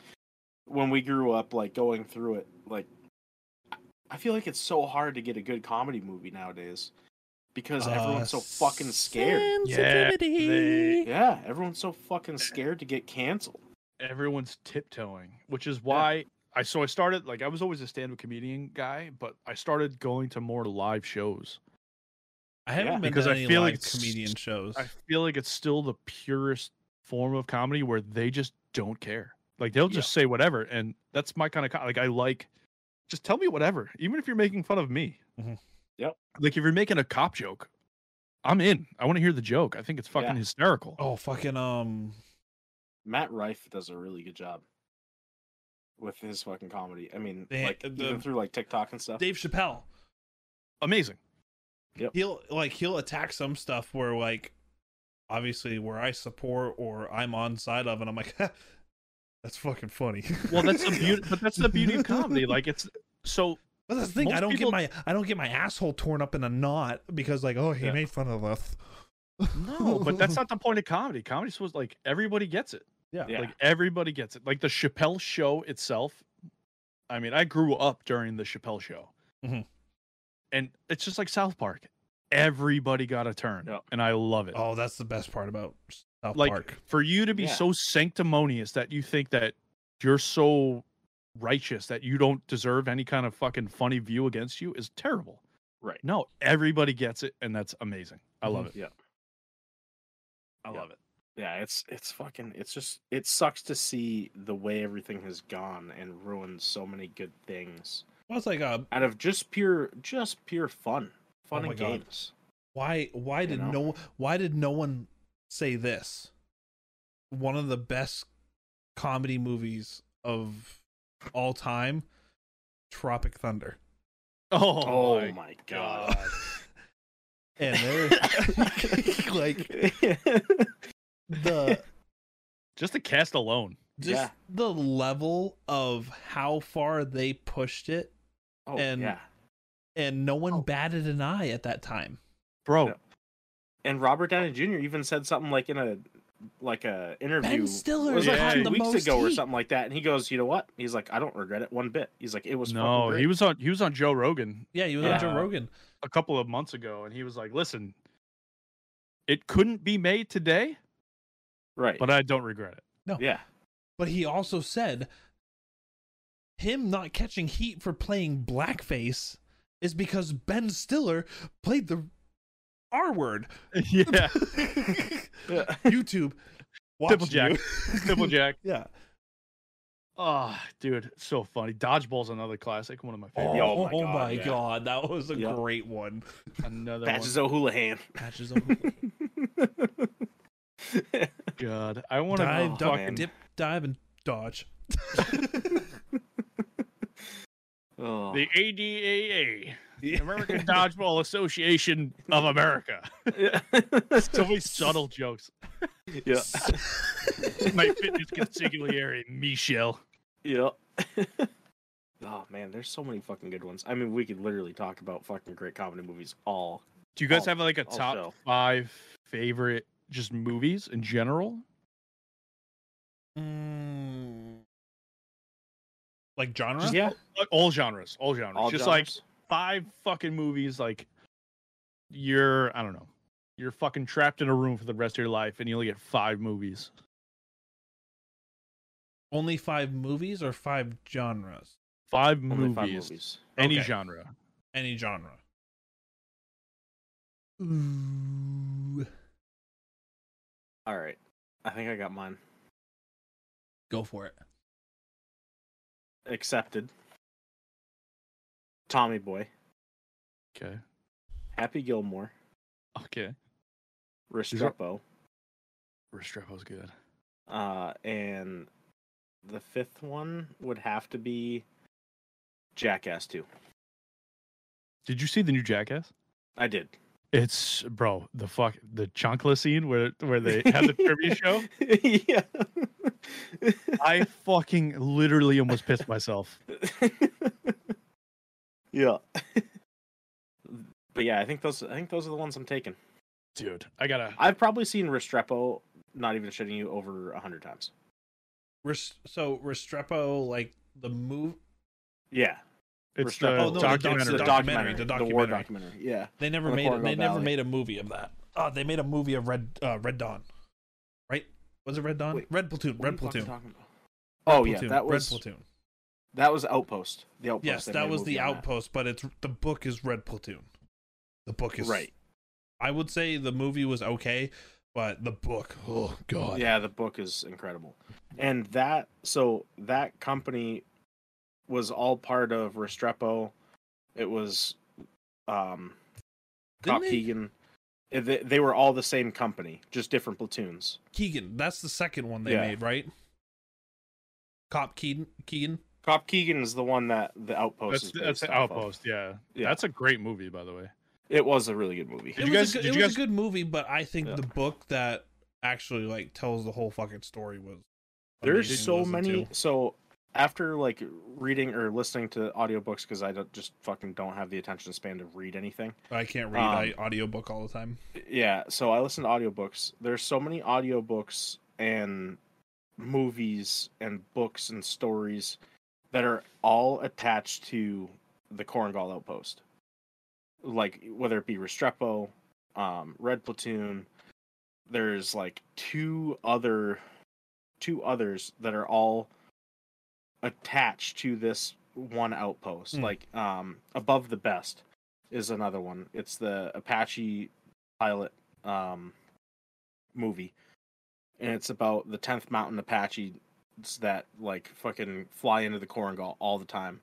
S1: when we grew up, like going through it, like I- I feel like it's so hard to get a good comedy movie nowadays because
S2: Uh,
S1: everyone's so fucking scared.
S3: they-
S1: Yeah, everyone's so fucking scared to get canceled.
S3: everyone's tiptoeing, which is why I so I started like I was always a stand-up comedian guy, but I started going to more live shows.
S2: I haven't
S1: Yeah,
S2: been
S3: because
S2: to
S3: I
S2: any
S3: feel
S2: live
S3: like it's-
S2: comedian shows.
S3: I feel like it's still the purest form of comedy where they just don't care. Like they'll just say whatever, and that's my kind of co- like I like. Just tell me whatever, even if you're making fun of me.
S2: Mhm.
S1: Yep.
S3: Like if you're making a cop joke, I'm in. I want to hear the joke. I think it's fucking
S1: Yeah.
S3: hysterical.
S2: oh, fucking um,
S1: Matt Rife does a really good job with his fucking comedy. I mean,
S2: They-
S1: like
S2: the-
S1: even through like TikTok and stuff.
S2: Dave Chappelle.
S3: amazing.
S2: He'll like he'll attack some stuff where like, obviously where I support or I'm on side of, and I'm like, that's fucking funny.
S3: Well, that's the beauty. but that's the beauty of comedy. Like it's so
S2: But that's the thing. I
S3: Most
S2: don't
S3: people-
S2: get my I don't get my asshole torn up in a knot because like, oh, he
S1: Yeah.
S2: made fun of us.
S3: No, but that's not the point of comedy. Comedy's supposed like everybody gets it.
S1: yeah.
S3: Like everybody gets it. Like the Chappelle show itself. I mean, I grew up during the Chappelle show.
S2: Mhm.
S3: And it's just like South Park. Everybody got a turn.
S1: Yep.
S3: And I love it.
S2: Oh, that's the best part about South
S3: like
S2: Park.
S3: for you to be
S1: Yeah.
S3: so sanctimonious that you think that you're so righteous that you don't deserve any kind of fucking funny view against you is terrible.
S1: Right.
S3: No, everybody gets it and that's amazing. I love
S2: Mhm.
S3: it.
S1: Yeah.
S3: I
S1: Yeah.
S3: love it.
S1: Yeah, it's it's fucking it's just it sucks to see the way everything has gone and ruined so many good things
S2: Well, it's like uh,
S1: out of just pure just pure fun,
S3: Oh
S1: fun
S2: my
S1: and
S2: God.
S1: games.
S2: why why
S1: You
S2: did
S1: know?
S2: no why did no one say this one of the best comedy movies of all time tropic thunder
S3: Oh,
S1: Oh,
S3: my
S1: my
S3: God.
S1: god!
S2: and there's like the
S3: Just the cast alone.
S2: just
S1: Yeah.
S2: the level of how far they pushed it
S1: oh
S2: and-
S1: yeah,
S2: and no one batted an eye at that time
S3: Bro,
S1: Yeah. and Robert Downey Jr. even said something like in a like a interview.
S2: ben stiller
S1: It was like
S3: Yeah.
S2: had
S1: two
S2: the
S1: weeks
S2: most
S1: ago or
S2: heat.
S1: something like that, and he goes, "You know what?" He's like, "I don't regret it one bit." He's like, "It was
S3: no, he was on he was on Joe Rogan
S2: yeah you was
S1: Yeah.
S2: on joe rogan
S3: a couple of months ago and he was like, "Listen, it couldn't be made today,
S1: right."
S3: but I don't regret it."
S1: yeah,
S2: But he also said him not catching heat for playing blackface is because Ben Stiller played the R word.
S3: yeah.
S1: yeah.
S2: YouTube. watched
S3: Jack.
S2: you.
S3: Nipplejack.
S2: yeah.
S3: Oh, dude, it's so funny. Dodgeball's another classic, one of my
S2: Oh,
S3: favorite.
S1: oh my
S2: oh
S1: God,
S2: my
S1: yeah.
S2: God, That was a
S1: Yeah.
S2: great one.
S3: Another
S1: Patches O'Houlihan.
S2: Patches on
S3: one. God. I want to
S2: dive, duck,
S1: man.
S2: dip, dive, and dodge.
S1: oh.
S3: the ADAA, the American Dodgeball Association of America.
S1: yeah.
S3: So many subtle jokes.
S1: yeah.
S3: My fitness consigliere, Michelle.
S1: Yeah. oh man, there's so many fucking good ones. I mean, we could literally talk about fucking great comedy movies all.
S3: Do you guys
S1: I'll-
S3: have like a
S1: I'll
S3: top
S1: show.
S3: five favorite just movies in general?
S2: Mm. Like genre?
S1: yeah,
S3: Like, All genres, all genres.
S1: all
S3: just
S1: genres.
S3: like five fucking movies, like you're I don't know, you're fucking trapped in a room for the rest of your life, and you only get five movies.
S2: Only five movies or five genres?
S3: Five
S1: Only
S3: movies,
S1: five movies.
S3: any
S2: Okay.
S3: genre.
S2: Any genre. Ooh.
S1: All right. I think I got mine
S2: Go for it.
S1: accepted. Tommy Boy,
S3: Okay.
S1: Happy Gilmore,
S3: Okay.
S1: Restrepo,
S3: Restrepo's good.
S1: uh, and the fifth one would have to be Jackass 2.
S3: Did you see the new Jackass?
S1: I did.
S3: It's bro, the fuck the chancla scene where where they have the trivia show.
S1: yeah.
S3: I fucking literally almost pissed myself.
S1: yeah. But yeah, I think those I think those are the ones I'm taking.
S3: Dude, I gotta
S1: I've probably seen Restrepo not even shitting you over a hundred times.
S2: Res- so Restrepo, like the move,
S1: Yeah.
S3: it's
S1: Restrepo.
S3: the
S1: Oh, no, the doc-
S3: documentary.
S2: the documentary, the
S1: war
S2: documentary.
S1: documentary. Yeah.
S2: they never
S1: On the
S2: made
S1: Cornwall
S2: they never
S1: Valley.
S2: made a movie of that. Oh, they made a movie of Red uh, Red Dawn, right? Was it Red Dawn?
S1: Wait,
S2: Red Platoon.
S1: What are
S2: Red
S1: you fucking
S2: Platoon. Red
S1: talking about? Oh yeah,
S2: Platoon,
S1: that was
S2: Red Platoon.
S1: that was Outpost. The Outpost.
S2: Yes,
S1: they
S2: that
S1: made a
S2: was
S1: movie
S2: the
S1: on that.
S2: Outpost, but it's the book is Red Platoon. The book is
S1: Right.
S2: I would say the movie was okay, but the book, oh god,
S1: Yeah, the book is incredible. And that so that company was all part of Restrepo. It was um
S2: Didn't
S1: Cop
S2: they-
S1: Keegan. Eh, They, they were all the same company, just different platoons.
S2: Keegan. That's the second one they
S1: Yeah.
S2: made, right? Cop Keegan. Keegan.
S1: Cop Keegan is the one that the outpost
S3: That's
S1: is
S3: that's
S1: based
S3: the
S1: off of.
S3: outpost, yeah.
S1: Yeah.
S3: That's a great movie, by the way.
S1: It was a really good movie.
S3: Did
S2: it
S3: you
S2: was,
S3: guys-
S2: a, good,
S3: did
S2: it
S3: you
S2: was a
S3: guys-
S2: good movie, but I think
S1: Yeah.
S2: the book that actually like tells the whole fucking story was.
S1: There's
S2: amazing to
S1: so
S2: listen
S1: many.
S2: to.
S1: So after like reading or listening to audiobooks because I don't, just fucking don't have the attention span to read anything.
S2: I can't
S1: um,
S2: read. I audiobook all the time.
S1: Yeah, so I listen to audiobooks. There's so many audiobooks and movies and books and stories that are all attached to the Korngal outpost. Like whether it be Restrepo, um, Red Platoon, there's like two other two others that are all attached to this one outpost.
S2: Hmm.
S1: Like um above the best is another one. It's the Apache pilot um movie. And it's about the tenth mountain Apache that like fucking fly into the Korangal all the time.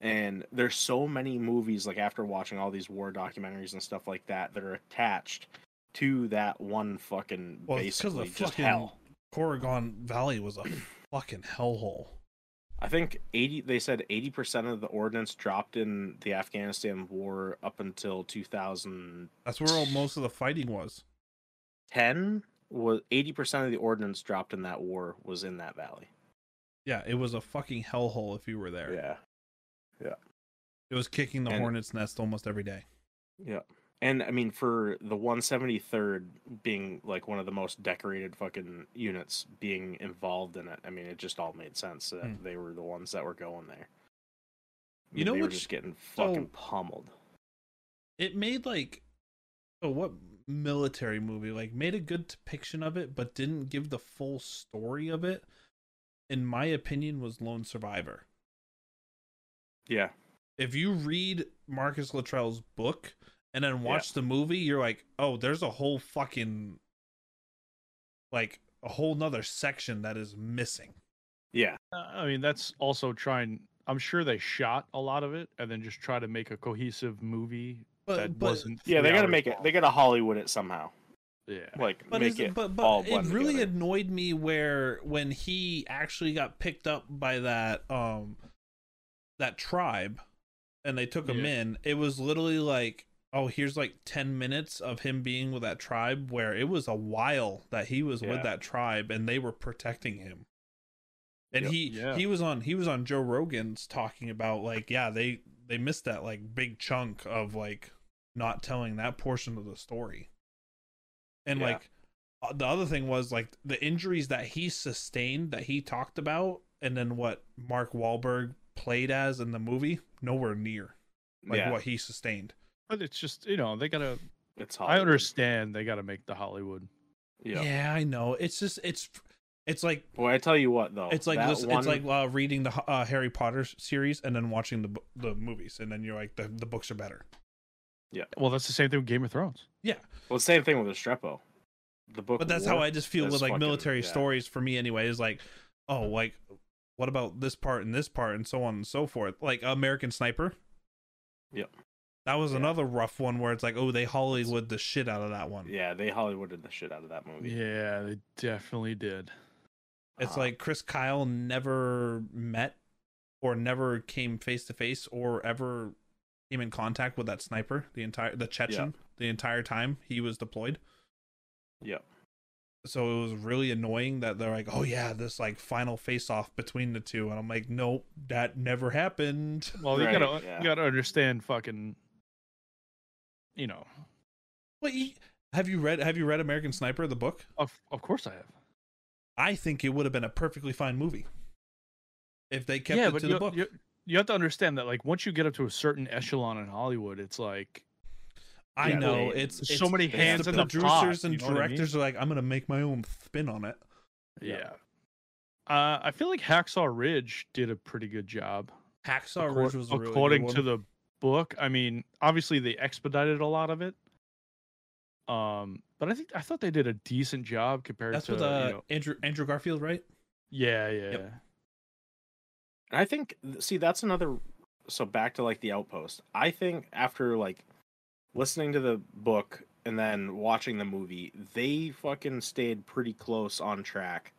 S1: And there's so many movies like after watching all these war documentaries and stuff like that that are attached to that one fucking
S2: Well, it's 'cause of
S1: basically
S2: the
S1: just
S2: fucking-
S1: hell.
S2: Corrigan Valley was a fucking hellhole.
S1: I think eighty. They said eighty percent of the ordnance dropped in the Afghanistan war up until two thousand
S2: That's where all, most of the fighting was.
S1: ten. Was eighty percent of the ordnance dropped in that war was in that valley.
S2: Yeah, it was a fucking hellhole if you were there.
S1: Yeah,
S2: It was kicking the
S1: And-
S2: hornet's nest almost every day.
S1: yeah. And I mean, for the one seventy third being like one of the most decorated fucking units being involved in it, I mean, it just all made sense that
S2: Hmm.
S1: they were the ones that were going there. I
S2: You
S1: mean,
S2: know
S1: they were
S2: which-
S1: just getting
S2: so-
S1: fucking pummeled.
S2: It made like, oh, what military movie? Like made a good depiction of it, but didn't give the full story of it. In my opinion, was Lone Survivor.
S1: Yeah,
S2: if you read Marcus Luttrell's book and then watch the movie, you're like, oh, there's a whole fucking like a whole nother section that is missing.
S1: yeah,
S3: Uh, I mean, that's also trying. I'm sure they shot a lot of it and then just try to make a cohesive movie
S2: But
S3: that
S2: but
S3: wasn't.
S1: yeah. They
S3: three
S1: gotta
S3: hours
S1: make it.
S3: long.
S1: They gotta Hollywood it somehow.
S3: yeah.
S1: Like
S2: but,
S1: make
S2: isn't-
S1: it.
S2: but
S1: all
S2: but it
S1: blend
S2: really
S1: together.
S2: annoyed me where when he actually got picked up by that um that tribe and they took him
S3: Yeah.
S2: in, it was literally like oh here's like 10 minutes of him being with that tribe where it was a while that he was
S1: Yeah.
S2: with that tribe and they were protecting him and
S1: Yep.
S2: he
S3: Yeah.
S2: he was on he was on joe rogan's talking about like yeah they they missed that like big chunk of like not telling that portion of the story and
S1: Yeah.
S2: like uh, the other thing was like the injuries that he sustained that he talked about and then what mark Wahlberg played as in the movie nowhere near like
S1: yeah.
S2: what he sustained
S3: But it's just you know they gotta
S1: It's
S3: I
S1: Hollywood.
S3: understand they got to make the Hollywood.
S1: Yeah.
S2: Yeah, I know. It's just it's it's like
S1: Boy, I tell you what though,
S2: it's like
S1: Oh, that
S2: listen,
S1: one-
S2: it's like uh, reading the uh, Harry Potter s- series and then watching the bu- the movies and then you're like the the books are better.
S3: Well, that's the same thing with Game of Thrones.
S1: well, same thing with Estrepo. The book,
S2: But that's how
S1: War,
S2: I just feel with
S1: That's
S2: like
S1: fucking-
S2: military
S1: yeah.
S2: stories for me anyway is like oh like what about this part and this part and so on and so forth. Like American Sniper.
S1: Yep.
S2: That was
S1: Yeah.
S2: another rough one where it's like oh they Hollywood the shit out of that one.
S1: Yeah, they Hollywooded the shit out of that movie.
S3: Yeah, they definitely did.
S1: Uh,
S2: It's
S3: Uh-huh.
S2: like Chris Kyle never met or never came face to face or ever came in contact with that sniper the entire the Chechen the entire time he was deployed.
S1: Yeah.
S2: So it was really annoying that they're like, "Oh yeah, this like final face off between the two. and I'm like, "Nope, that never happened."
S3: Well, you
S1: Right,
S3: gotta
S1: yeah.
S3: you gotta understand fucking. You know,
S2: But you- have you read have you read American Sniper the book?
S3: of of course I have.
S2: I think it would have been a perfectly fine movie if they kept
S3: yeah,
S2: it
S3: but
S2: to
S3: you,
S2: the book.
S3: You, you have to understand that like once you get up to a certain echelon in Hollywood, it's like
S2: I
S1: Yeah,
S2: know
S1: they-
S2: it's
S3: there's
S2: it's
S3: so many
S1: it's
S3: hands
S2: the
S3: in the
S2: producers
S3: pot,
S2: and
S3: you know what I mean?
S2: directors are like, I'm gonna make my own spin on it.
S1: Yeah.
S3: Yeah. Uh, I feel like Hacksaw Ridge did a pretty good job.
S2: Hacksaw
S3: Accor-
S2: Ridge was a really good
S3: according
S2: one.
S3: to the book. I mean, obviously they expedited a lot of it. Um, but I think I thought they did a decent job compared
S2: that's
S3: to
S2: with
S3: you
S2: uh,
S3: know-
S2: Andrew Andrew Garfield, right?
S3: yeah, yeah.
S2: Yep.
S3: yeah.
S1: And I think see that's another so back to like the outpost. I think after like listening to the book and then watching the movie, they fucking stayed pretty close on track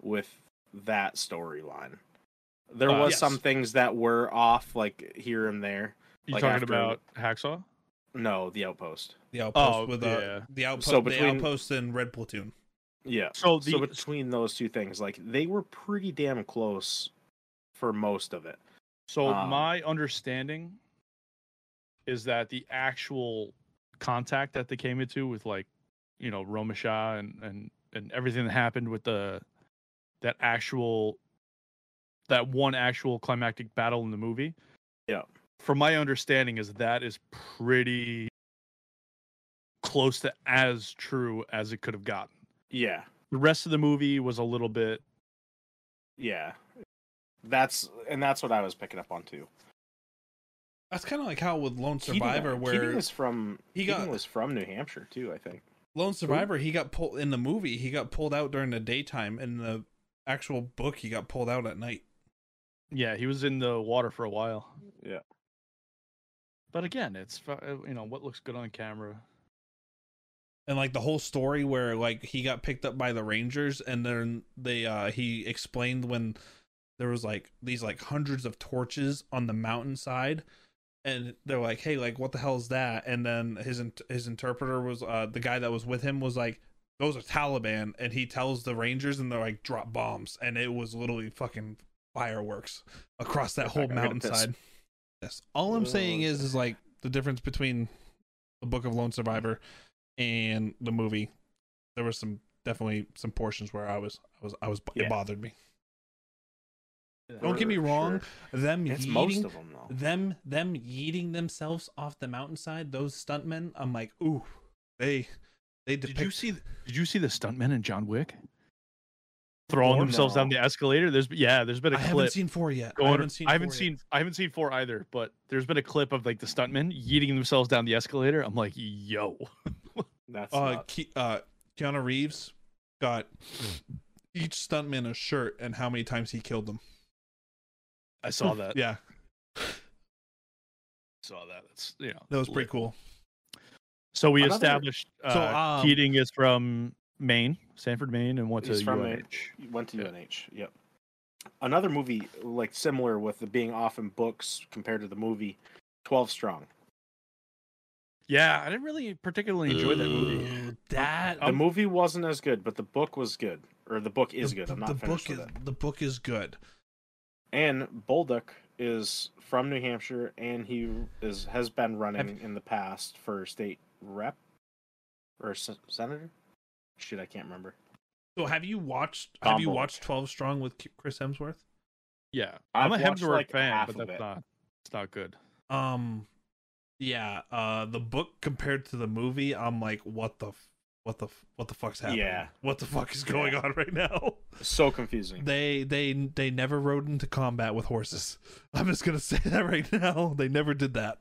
S1: with that storyline. There
S3: Uh,
S1: was
S2: yes.
S1: some things that were off like here and there.
S3: You
S1: Like
S3: talking
S1: after-
S3: about Hacksaw?
S1: No, the outpost.
S2: The outpost
S3: Oh,
S2: with uh,
S3: yeah.
S2: the outpost,
S1: So between-
S2: the outpost and Red Platoon.
S1: Yeah.
S3: So the
S1: so between those two things, like they were pretty damn close for most of it.
S3: So
S1: Um,
S3: my understanding is that the actual contact that they came into with like, you know, Romashaw and and and everything that happened with the that actual that one actual climactic battle in the movie.
S1: Yeah.
S3: From my understanding is that is pretty close to as true as it could have gotten.
S1: Yeah.
S3: The rest of the movie was a little bit
S1: Yeah. That's and that's what I was picking up on too.
S2: That's kind of like how with Lone
S1: Keating-
S2: Survivor,
S1: Keating
S2: where
S1: is from
S2: he
S1: he
S2: got-
S1: was from New Hampshire too, I think.
S2: Lone Survivor, he got pulled in the movie. He got pulled out during the daytime. In the actual book, he got pulled out at night.
S3: Yeah, he was in the water for a while.
S1: Yeah.
S3: But again, it's fu- uh, you know what looks good on camera.
S2: and like the whole story where like he got picked up by the rangers and then they uh he explained when there was like these like hundreds of torches on the mountainside and they're like hey like what the hell is that and then his in- his interpreter was uh the guy that was with him was like those are taliban and he tells the rangers and they're like drop bombs and it was literally fucking fireworks across that
S1: Fuck,
S2: whole
S1: I'm gonna piss.
S2: mountainside yes all i'm saying is is like the difference between the book of lone survivor and the movie there was some definitely some portions where i was i was i was
S1: Yeah.
S2: it bothered me Don't get me wrong, them
S1: It's
S2: yeeting,
S1: most of them though.
S2: them them yeeting themselves off the mountainside those stuntmen i'm like ooh they they
S3: Did
S2: depict
S3: you see? th- Did you see the stuntmen in John Wick throwing themselves down
S1: No.
S3: the escalator? There's yeah, there's been a
S2: i haven't
S3: clip.
S2: seen four yet
S3: going-
S2: i haven't seen
S3: I haven't
S2: four yet.
S3: seen. I haven't seen four either. But there's been a clip of like the stuntmen yeeting themselves down the escalator. I'm like, yo,
S1: That's
S2: uh,
S1: nuts.
S2: Ke- uh keanu reeves got each stuntman a shirt and how many times he killed them
S3: I saw that.
S2: yeah
S3: saw that. That's you know
S2: that was
S3: lit.
S2: pretty cool
S3: So we
S1: Another-
S3: established uh,
S2: So, um,
S3: Keating is from Maine, Sanford, Maine, and went
S1: He's
S3: to
S1: from
S3: UNH.
S1: Maine. went to
S3: yeah.
S1: UNH. Yep. Another movie like similar with the being off in books compared to the movie 12 Strong.
S3: Yeah, I didn't really particularly enjoy that movie.
S2: Ooh, Oh, that
S1: The movie wasn't as good, but the book was good. Or the book is
S2: the,
S1: good. I'm
S2: the
S1: not
S2: book
S1: finished
S2: is
S1: with it.
S2: the book is good
S1: And Bolduc is from New Hampshire and he is has been running in the past for state rep or sen- senator? Shit, I can't remember.
S2: so have you watched have you
S1: Combo.
S2: watched 12 strong with K- chris hemsworth
S3: Yeah,
S1: I've
S3: I'm a
S1: watched,
S3: Hemsworth
S1: like,
S3: fan,
S1: half
S3: but
S1: of
S3: that's
S1: it.
S3: not it's not good.
S2: um yeah, uh, the book compared to the movie, I'm like, what the, f- what the, f- what the fuck's happening?
S1: Yeah.
S2: what the fuck is going
S1: Yeah.
S2: on right now?
S1: So confusing.
S2: They they they never rode into combat with horses. I'm just gonna say that right now. They never did that.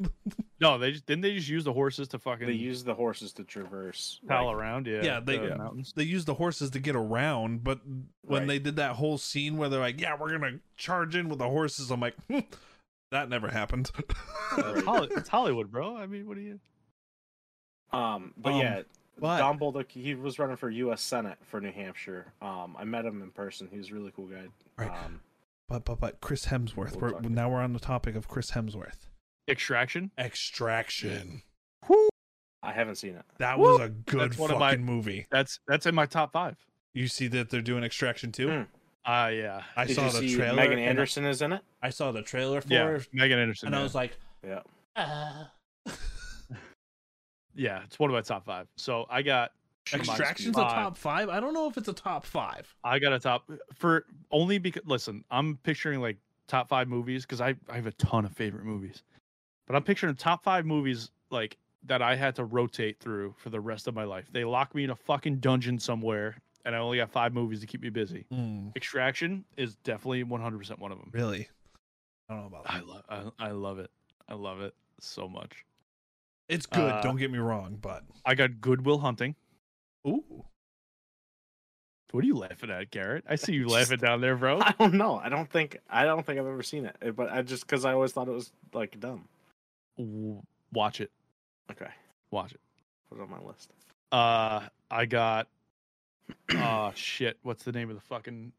S3: No, they just didn't they just use the horses to fucking
S1: They use the horses to traverse.
S3: pal
S1: like-
S3: around. Yeah,
S2: Yeah, they-
S3: the
S1: Yeah.
S3: mountains.
S2: They used the horses to get around, but when
S1: Right.
S2: they did that whole scene where they're like, "Yeah, we're gonna charge in with the horses," I'm like, "Hmm, that never happened.
S1: Right.
S3: It's Holly- it's Hollywood, bro. I mean, what do you?
S1: Um, but
S2: Um,
S1: yeah,
S2: but
S1: Don Bolduc, he was running for U.S. Senate for New Hampshire. Um, I met him in person. He was a really cool guy.
S2: Right.
S1: Um,
S2: but but but Chris Hemsworth.
S1: We'll
S2: We're,
S1: talk.
S2: now we're on the topic of Chris Hemsworth.
S3: Extraction.
S2: Extraction.
S1: I haven't seen it.
S2: That
S3: Woo!
S2: was a good
S3: That's one
S2: fucking
S3: of my-
S2: movie.
S3: That's that's in my top five.
S2: You see that they're doing Extraction too.
S1: Mm.
S3: Ah, yeah,
S2: I
S1: Did
S2: saw
S1: you
S2: the
S1: see
S2: trailer.
S1: Megan
S2: and I-
S1: Anderson is in it.
S2: I saw the trailer for
S3: yeah.
S2: it,
S3: Megan Anderson.
S2: and I
S3: yeah.
S2: was like,
S1: Yeah.
S2: uh,
S3: yeah, it's one of my top five. So I got
S2: Extraction's a
S3: Five.
S2: top five. I don't know if it's a top five.
S3: I got a top uh, for only because listen, I'm picturing like top five movies because I, I have a ton of favorite movies, but I'm picturing top five movies like that I had to rotate through for the rest of my life. They lock me in a fucking dungeon somewhere, and I only got five movies to keep me busy.
S1: Hmm.
S3: Extraction is definitely 100% one of them.
S2: really? I don't know about
S3: I
S2: that.
S3: love I, I love it. I love it so much.
S2: It's good.
S3: Uh,
S2: don't get me wrong, but
S3: I got Goodwill Hunting.
S2: ooh,
S3: What are you laughing at, Garrett? I see you laughing down there, bro.
S1: I don't know. I don't think I don't think I've ever seen it. it. But I just because I always thought it was like dumb.
S3: W- Watch it.
S1: Okay,
S3: Watch it.
S1: put it on my list.
S3: Uh, I got. uh shit. What's the name of the fucking?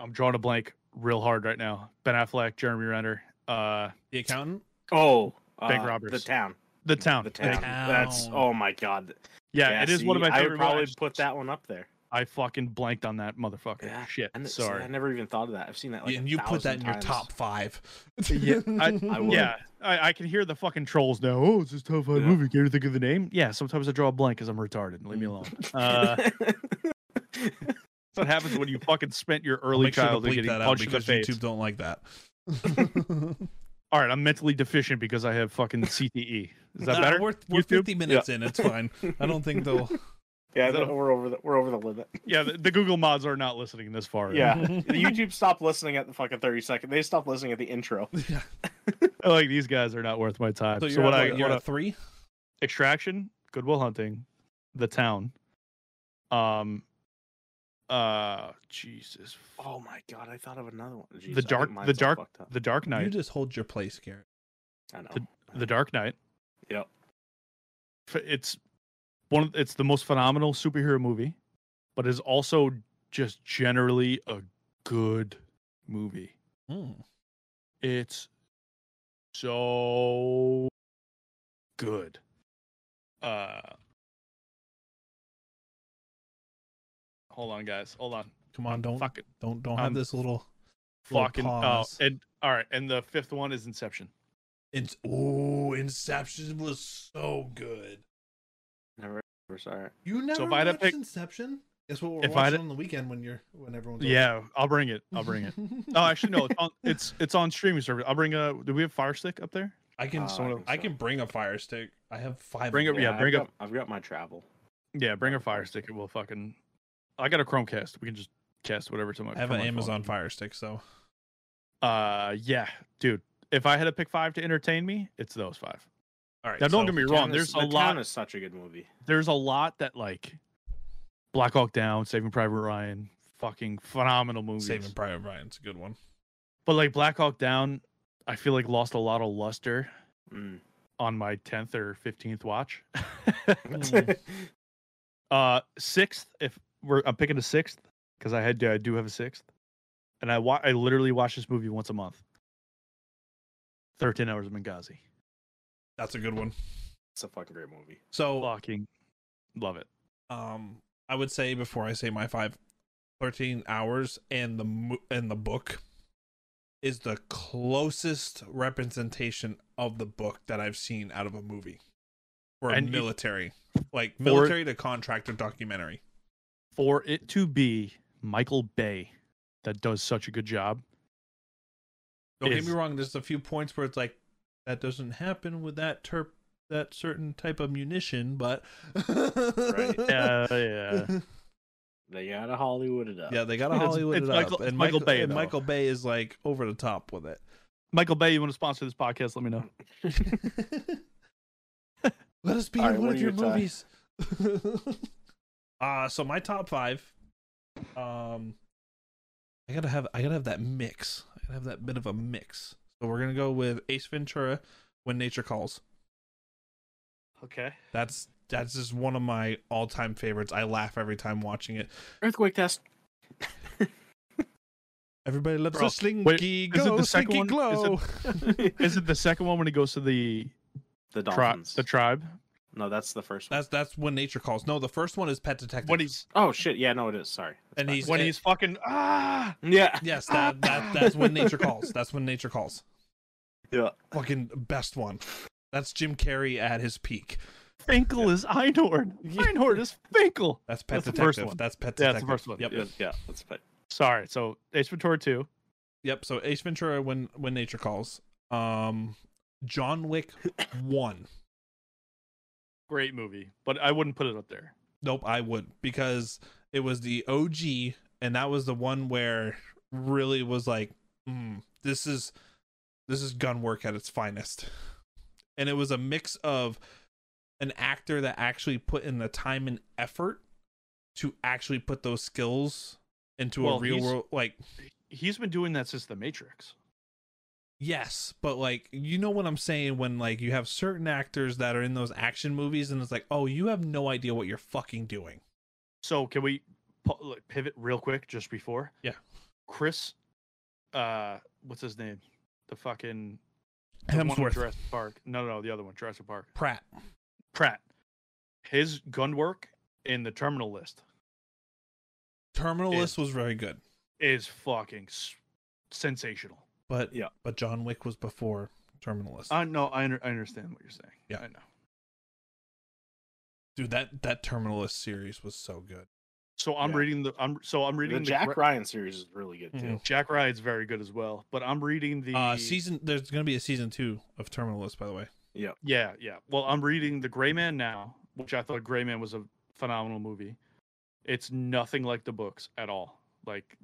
S3: I'm drawing a blank real hard right now. Ben Affleck, Jeremy Renner. Uh,
S2: the accountant.
S1: Oh,
S3: Bank
S1: uh,
S3: robbers.
S1: The town.
S3: the town.
S1: The town.
S2: Town.
S1: That's oh my god.
S3: Yeah, it is one of
S1: see,
S3: my favorite.
S1: I would probably
S3: movies.
S1: put that one up there.
S3: I fucking blanked on that motherfucker.
S1: Yeah,
S3: Shit.
S1: And
S3: Sorry.
S1: I never even thought of that. I've seen that. Like
S2: and
S1: a
S2: you put that
S1: thousand
S2: in your
S1: times.
S2: top five.
S3: Yeah,
S1: I would.
S3: Yeah, I, I can hear the fucking trolls now. Oh, it's this top five
S1: Yeah.
S3: movie. Can you think of the name? Yeah, sometimes I draw a blank because I'm retarded. Leave me
S2: Mm.
S3: alone. Uh, that's what happens when you fucking spent your early
S2: Make sure to
S3: childhood
S2: bleep
S3: getting
S2: that out
S3: punched in the
S2: because
S3: face.
S2: YouTube don't like that.
S3: All right, I'm mentally deficient because I have fucking CTE. Is that
S2: Nah,
S3: better?
S2: We're, we're
S3: YouTube?
S2: 50 minutes in. It's fine. I don't think they'll.
S1: yeah,
S3: Is that a-
S1: we're over the we're over the limit.
S3: Yeah, the, the Google mods are not listening this far. in.
S1: Yeah, the YouTube stopped listening at the fucking thirty second. They stopped listening at the intro.
S2: Yeah.
S3: like these guys are not worth my time.
S2: So
S3: So,
S2: you're,
S3: what
S2: at,
S3: I
S2: what, you're
S3: what
S2: at
S3: I-
S2: three.
S3: extraction, Goodwill Hunting, The Town, um, uh, Jesus,
S1: Oh my god, I thought of another one. Jeez,
S3: The
S1: I-
S3: dark- the
S1: mine's all
S3: dark-
S1: fucked up.
S3: The Dark
S2: You
S3: Knight,
S2: just hold your place, Garrett.
S1: I know.
S3: The Dark Knight.
S1: Yep.
S3: F- It's one. Of, it's the most phenomenal superhero movie, but is also just generally a good movie.
S2: Mm.
S3: It's so good. Uh Hold on guys. Hold on.
S2: Come on, don't
S3: Fucking
S2: don't don't have
S3: Um,
S2: this little Little
S3: fucking oh
S2: pause.
S3: and all right, and the fifth one is Inception.
S2: It's oh, Inception was so good.
S1: Never ever saw it.
S2: You never
S3: if I had to
S2: watched
S3: pick-
S2: Inception? Guess what we're
S3: if I had
S2: watching
S3: to-
S2: on the weekend when you're when everyone's over.
S3: Yeah, I'll bring it. I'll bring it. Oh, actually no, it's on it's it's on streaming service. I'll bring a do we have Fire Stick up there?
S2: I can
S1: Uh, I
S2: sort of
S1: think
S2: I
S1: so.
S2: can bring a fire stick. I have five.
S3: Bring
S2: of
S3: it- yeah,
S1: I've
S3: bring
S1: got,
S3: up-
S1: I've got my travel.
S3: Yeah, bring a Fire Stick and we'll fucking I got a Chromecast. We can just cast whatever to my
S2: them. I have
S3: from
S2: an
S3: my phone.
S2: Amazon Fire Stick, so
S3: Uh yeah, dude. If I had to pick five to entertain me, it's those five.
S2: all right.
S3: Now don't
S2: so-
S3: get me
S1: Town
S3: wrong.
S1: is-
S3: There's a
S1: The
S3: lot.
S1: Town is such a good movie.
S3: there's a lot that like Black Hawk Down, Saving Private Ryan, fucking phenomenal movies.
S2: Saving Private Ryan's a good one.
S3: but like Black Hawk Down, I feel like lost a lot of luster
S1: Mm.
S3: on my tenth or fifteenth watch.
S2: Mm.
S3: uh, sixth, if we're I'm picking a sixth because I had I do have a sixth, and I wa- I literally watch this movie once a month. Thirteen Hours of Benghazi,
S2: That's a good one.
S1: it's a fucking great movie.
S2: So
S3: fucking love it.
S2: um, I would say before I say my five, 13 hours and the mo- and the book is the closest representation of the book that I've seen out of a movie or a
S3: And you-
S2: military, like military to contractor documentary.
S3: for it to be Michael Bay that does such a good job.
S2: Don't
S3: is-
S2: get me wrong. There's a few points where it's like that doesn't happen with that terp that certain type of munition, but
S1: Right.
S3: Yeah, yeah.
S1: They got to Hollywood it up.
S2: yeah, they got to
S3: It's-
S2: Hollywood
S3: it's
S2: it
S3: Michael-
S2: up, and
S3: it's Michael Bay,
S2: and
S3: though.
S2: Michael Bay is like over the top with it.
S3: Michael Bay, you want to sponsor this podcast? Let me know.
S2: Let us be
S1: All
S2: in
S1: right,
S2: one
S1: what
S2: of
S1: are
S2: your
S1: your top-
S2: movies. uh so my top five. Um I gotta have I gotta have that mix. I gotta have that bit of a mix. So we're gonna go with Ace Ventura when nature calls.
S3: Okay.
S2: That's that's just one of my all time favorites. I laugh every time watching it.
S1: Earthquake test.
S2: Everybody loves
S3: Bro,
S2: a slinky
S3: wait, is it
S2: go,
S3: the second
S2: slinky
S3: one? Is it-
S2: glow.
S3: Is it the second one when he goes to the
S1: The
S3: tri-
S1: dolphins.
S3: the tribe?
S1: no, that's the first one.
S2: That's that's when nature calls. No, the first one is Pet Detective.
S3: When he's
S1: Oh shit! Yeah, no, it is. Sorry. That's
S2: and
S1: fine.
S2: he's
S3: when he's fucking ah
S1: yeah,
S2: yes, that, that that's when nature calls. That's when nature calls.
S1: yeah.
S2: fucking best one. That's Jim Carrey at his peak.
S3: Finkel is Einhorn. Einhorn is Finkel.
S2: That's Pet
S3: That's the
S2: Detective.
S3: first one.
S2: That's Pet
S3: Yeah,
S2: Detective.
S3: that's the first one.
S2: Yep.
S1: Yeah, yeah, that's fine.
S3: Sorry. So Ace Ventura 2.
S2: Yep. So Ace Ventura when when nature calls. Um John Wick 1.
S3: Great movie, but I wouldn't put it up there.
S2: Nope, I would because it was the OG and that was the one where really was like, mm, this is this is gun work at its finest. And it was a mix of an actor that actually put in the time and effort to actually put those skills into a
S3: Well,
S2: real
S3: he's-
S2: world like
S3: He's been doing that since The Matrix.
S2: Yes, but like you know what I'm saying when like you have certain actors that are in those action movies and it's like, "Oh, you have no idea what you're fucking doing."
S3: So can we pu- like, pivot real quick just before?
S2: Yeah.
S3: Chris, uh, what's his name? The fucking the one with
S2: Hemsworth,
S3: Jurassic Park. No, no, no, the other one, Jurassic Park.
S2: Pratt.
S3: Pratt. His gun work in the Terminal List
S2: Terminalist was very good,
S3: is fucking s- sensational.
S2: but
S1: Yeah.
S2: but John Wick was before Terminalist.
S3: I no, I, under, I understand what you're saying.
S2: Yeah.
S3: I know.
S2: Dude, that that Terminalist series was so good.
S3: So I'm
S1: Yeah.
S3: reading the Mm-hmm. I'm so I'm reading
S1: The Jack
S3: Gre-
S1: Ryan series is really good too.
S2: Mhm.
S3: Jack Ryan's very good as well, but I'm reading the
S2: Uh, season there's gonna be a season two of Terminalist, by the way.
S3: Yeah, yeah. Well, I'm reading The Gray Man now, which I thought Gray Man was a phenomenal movie. It's nothing like the books at all. Like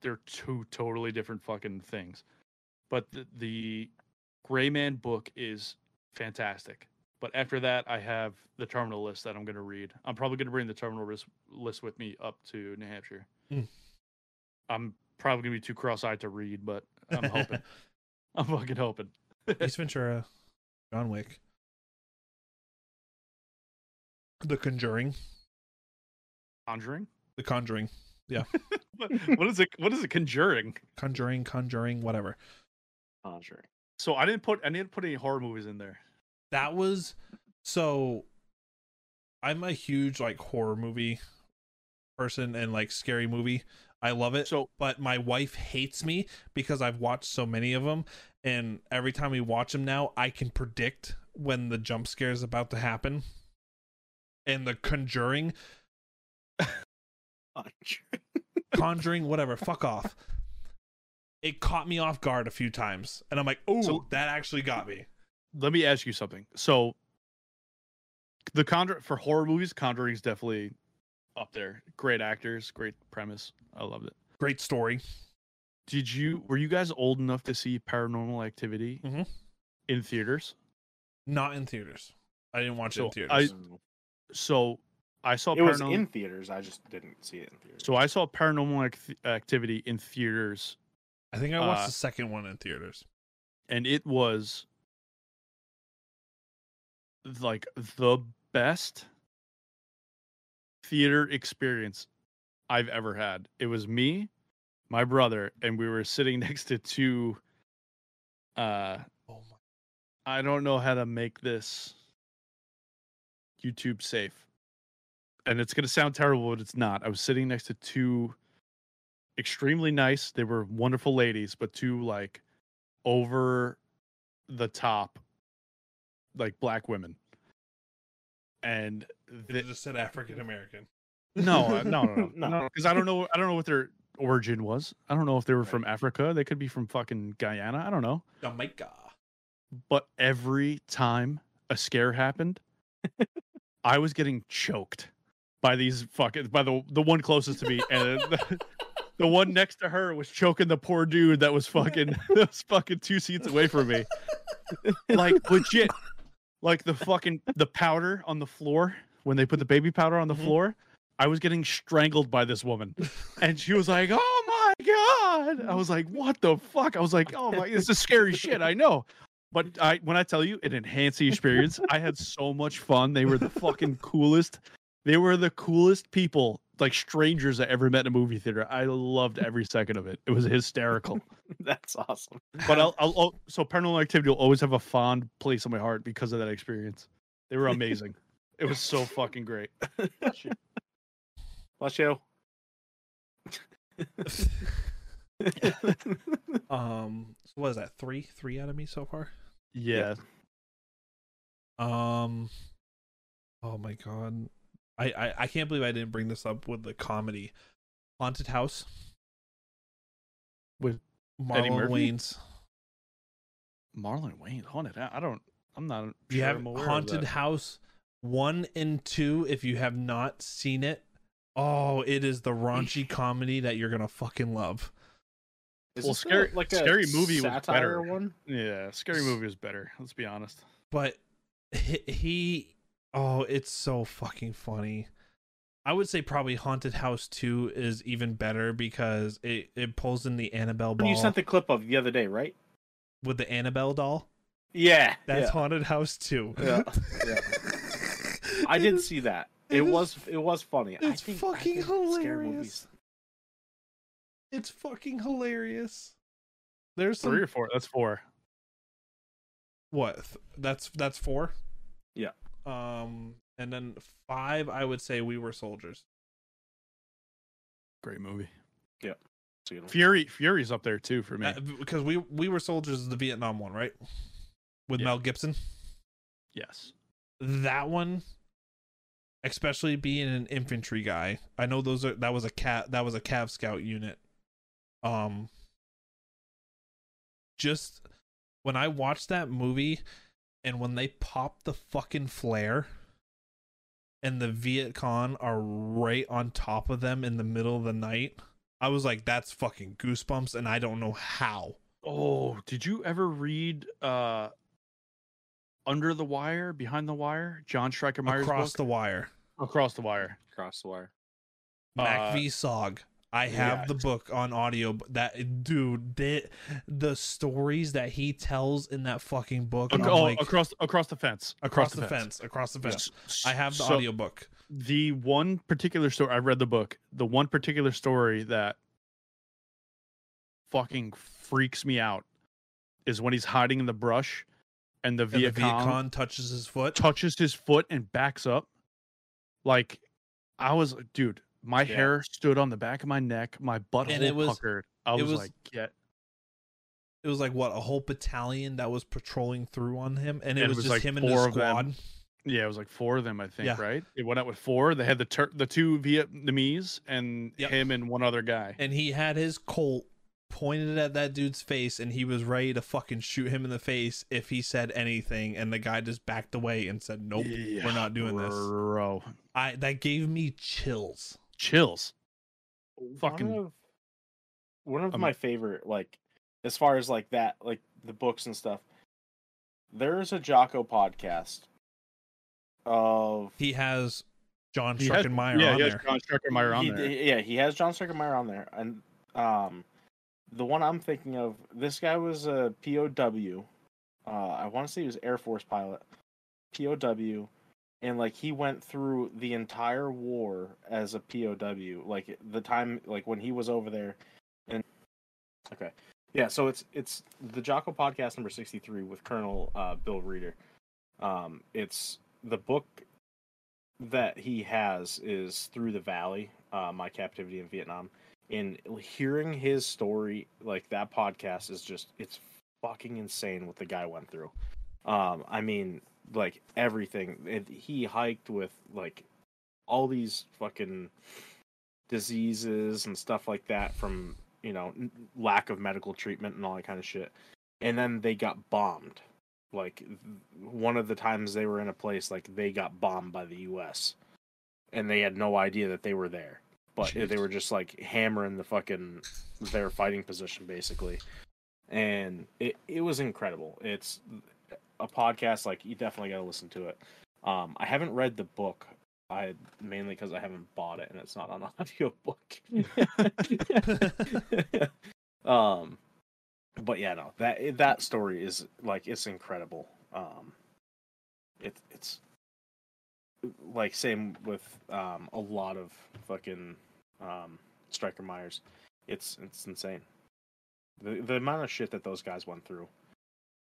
S3: they're two totally different fucking things. But the, the Gray Man book is fantastic. But after that, I have the terminal list that I'm going to read. I'm probably going to bring the terminal ris- list with me up to New Hampshire.
S2: Mm.
S3: I'm probably going to be too cross-eyed to read, but I'm hoping. I'm fucking hoping.
S2: Ace Ventura, John Wick, The Conjuring,
S3: Conjuring.
S2: The Conjuring,
S3: what what is it? What is it? Conjuring.
S2: Conjuring, Conjuring, whatever.
S1: Conjuring.
S3: So I didn't put I didn't put any horror movies in there.
S2: that was so i'm a huge like horror movie person and like scary movie i love it
S3: So
S2: but my wife hates me because i've watched so many of them and every time we watch them now i can predict when the jump scare is about to happen and the conjuring
S1: Conjuring.
S2: conjuring whatever fuck off it caught me off guard a few times and i'm like oh
S3: So-
S2: that actually got me
S3: let me ask you something. So the Conjur for horror movies, Conjuring's definitely up there. Great actors, great premise. I loved it.
S2: great story
S3: Did you were you guys old enough to see Paranormal Activity
S1: Mm-hmm.
S2: Mhm.
S3: in theaters?
S2: not in theaters i didn't watch it in
S3: So,
S2: theaters
S3: I- So I saw
S1: it was
S3: Paranormal.
S1: in theaters. I just didn't see it in theaters.
S3: so I saw Paranormal Ac- Activity in theaters
S2: I think I watched
S3: Uh,
S2: the second one in theaters.
S3: and it was like the best theater experience I've ever had. It was me, my brother, and we were sitting next to two uh
S2: Oh my!
S3: I don't know how to make this YouTube safe. And it's going to sound terrible, but it's not. I was sitting next to two extremely nice, they were wonderful ladies, but two like over the top, like black women. And
S2: They
S3: the,
S2: just said African American.
S3: no, uh, no, no, no,
S1: No.
S3: no, because I don't know. I don't know what their origin was. I don't know if they were
S1: Right.
S3: from Africa. They could be from fucking Guyana. I don't know
S2: Jamaica.
S3: but every time a scare happened, I was getting choked by these fucking by the the one closest to me and the, the one next to her was choking the poor dude that was fucking that was fucking two seats away from me. Like legit. Like the fucking the powder on the floor when they put the baby powder on the
S2: Mhm.
S3: floor, I was getting strangled by this woman. And she was like, "Oh my god!" I was like, "What the fuck?" I was like, "Oh my, this is scary shit." I know, but I when I tell you, it enhanced the experience. I had so much fun. They were the fucking coolest. They were the coolest people, like strangers I ever met in a movie theater. I loved every second of it. It was hysterical.
S1: That's awesome.
S3: But I'll, I'll oh, so Paranormal Activity will always have a fond place in my heart because of that experience. They were amazing. it was so fucking great.
S1: Bless you.
S2: Um, so what is that? Three, three out of me so far.
S3: Yeah.
S2: Um, oh my god, I, I I can't believe I didn't bring this up with the comedy, Haunted House
S3: With Eddie
S2: Marlon
S3: Murphy?
S2: Wayans.
S3: Marlon Wayne haunted. House. I don't. I'm not. Sure
S2: You have
S3: I'm aware of
S2: Haunted
S3: that.
S2: House one and two. If you have not seen it, oh, it is the raunchy comedy that you're gonna fucking love.
S1: Is
S3: Well,
S1: this a-
S3: scary- scary movie was
S1: satire
S3: better.
S1: one.
S3: Yeah, scary
S2: S-
S3: movie is better. Let's be honest.
S2: But he, he oh, it's so fucking funny. I would say probably Haunted House two is even better because it it pulls in the Annabelle
S1: One
S2: ball
S1: you sent the clip of the other day, right?
S2: with the Annabelle doll.
S1: Yeah,
S2: That's
S1: yeah.
S2: Haunted House too.
S1: Yeah, I
S2: It
S1: did
S2: is-
S1: see that.
S2: it
S1: It,
S2: is-
S1: was it was funny. I
S2: It's
S1: think- I
S2: fucking
S1: think scary
S2: hilarious.
S1: movies-
S2: It's fucking hilarious. There's some
S3: Three or four. That's four.
S2: what th- that's that's four
S1: Yeah.
S2: um and then five i would say we were soldiers
S3: Great movie.
S1: So, you know,
S3: Fury. Fury's up there too for me.
S2: Uh, because we we were soldiers is the vietnam one right with
S3: Yeah.
S2: mel gibson
S3: yes.
S2: that one especially being an infantry guy i know those are that was a cat that was a cav scout unit um just when i watched that movie and when they pop the fucking flare and the viet cong are right on top of them in the middle of the night i was like that's fucking goosebumps and i don't know how
S3: Oh, did you ever read uh Under the Wire, Behind the Wire? John Stryker
S2: across
S3: book?
S2: the wire
S3: Across the Wire.
S1: cross the wire.
S2: Mac
S3: Uh,
S2: V Sog. I have the book on audio. but That dude, the the stories that he tells in that fucking book.
S3: Ac-
S2: I'm
S3: oh,
S2: like,
S3: across across the fence.
S2: across the fence. Across the fence. I have the
S3: audio.
S2: audio book.
S3: the one particular story I've read the book. The one particular story that fucking freaks me out is when he's hiding in the brush and the
S2: And the
S3: Viet,
S2: Viet
S3: Cong
S2: Cong touches his foot.
S3: touches his foot and backs up. Like I was, uh, dude, my
S1: Yeah.
S3: hair stood on the back of my neck, my butthole
S2: it was-
S3: puckered. I
S2: it
S3: was,
S2: was-
S3: like, get.
S2: It was like what a whole battalion that was patrolling through on him, and it,
S3: And it
S2: was,
S3: was,
S2: just
S3: like,
S2: him and his
S3: four of
S2: squad.
S3: them. Yeah, it was like four of them, I think.
S2: Yeah.
S3: Right? It went out with four. They had the tur- the two Vietnamese and
S2: Yep.
S3: him and one other guy.
S2: And he had his Colt pointed at that dude's face, and he was ready to fucking shoot him in the face if he said anything. And the guy just backed away and said, "Nope, we're
S3: Yeah,
S2: not doing this."
S3: bro.
S2: I that gave me chills.
S3: chills. Fucking-
S1: one of, one of
S3: Um,
S1: my favorite like as far as like that like the books and stuff there's a jocko podcast of
S2: he has John
S3: He has-
S2: Struckenmeyer
S3: yeah,
S2: on
S3: he has
S2: there.
S3: John Struckenmeyer on
S1: he-
S3: there.
S1: yeah he has john Strykermeyer on there and um the one i'm thinking of this guy was a pow uh i want to say he was air force pilot pow and like he went through the entire war as a POW, like the time, like when he was over there. And okay, yeah. So it's it's the Jocko podcast number sixty three with Colonel uh, Bill Reeder. Um, it's the book that he has is through the valley, uh, my captivity in Vietnam, and hearing his story like that podcast is just it's fucking insane what the guy went through. Um, I mean, like everything. And he hiked with like all these fucking diseases and stuff like that from you know n- lack of medical treatment and all that kind of shit. And then they got bombed, Like th- one of the times they were in a place like they got bombed by the U.S. and they had no idea that they were there, but they
S3: Jeez.
S1: were just like hammering the fucking their fighting position basically, and it it was incredible. It's a podcast like you definitely got to listen to it. Um, I haven't read the book. I mainly because I haven't bought it and it's not on audiobook. um, but yeah, no, that it- that story is like it's incredible. Um, it it's like same with um a lot of fucking um Striker Myers. It's it's insane. The the amount of shit that those guys went through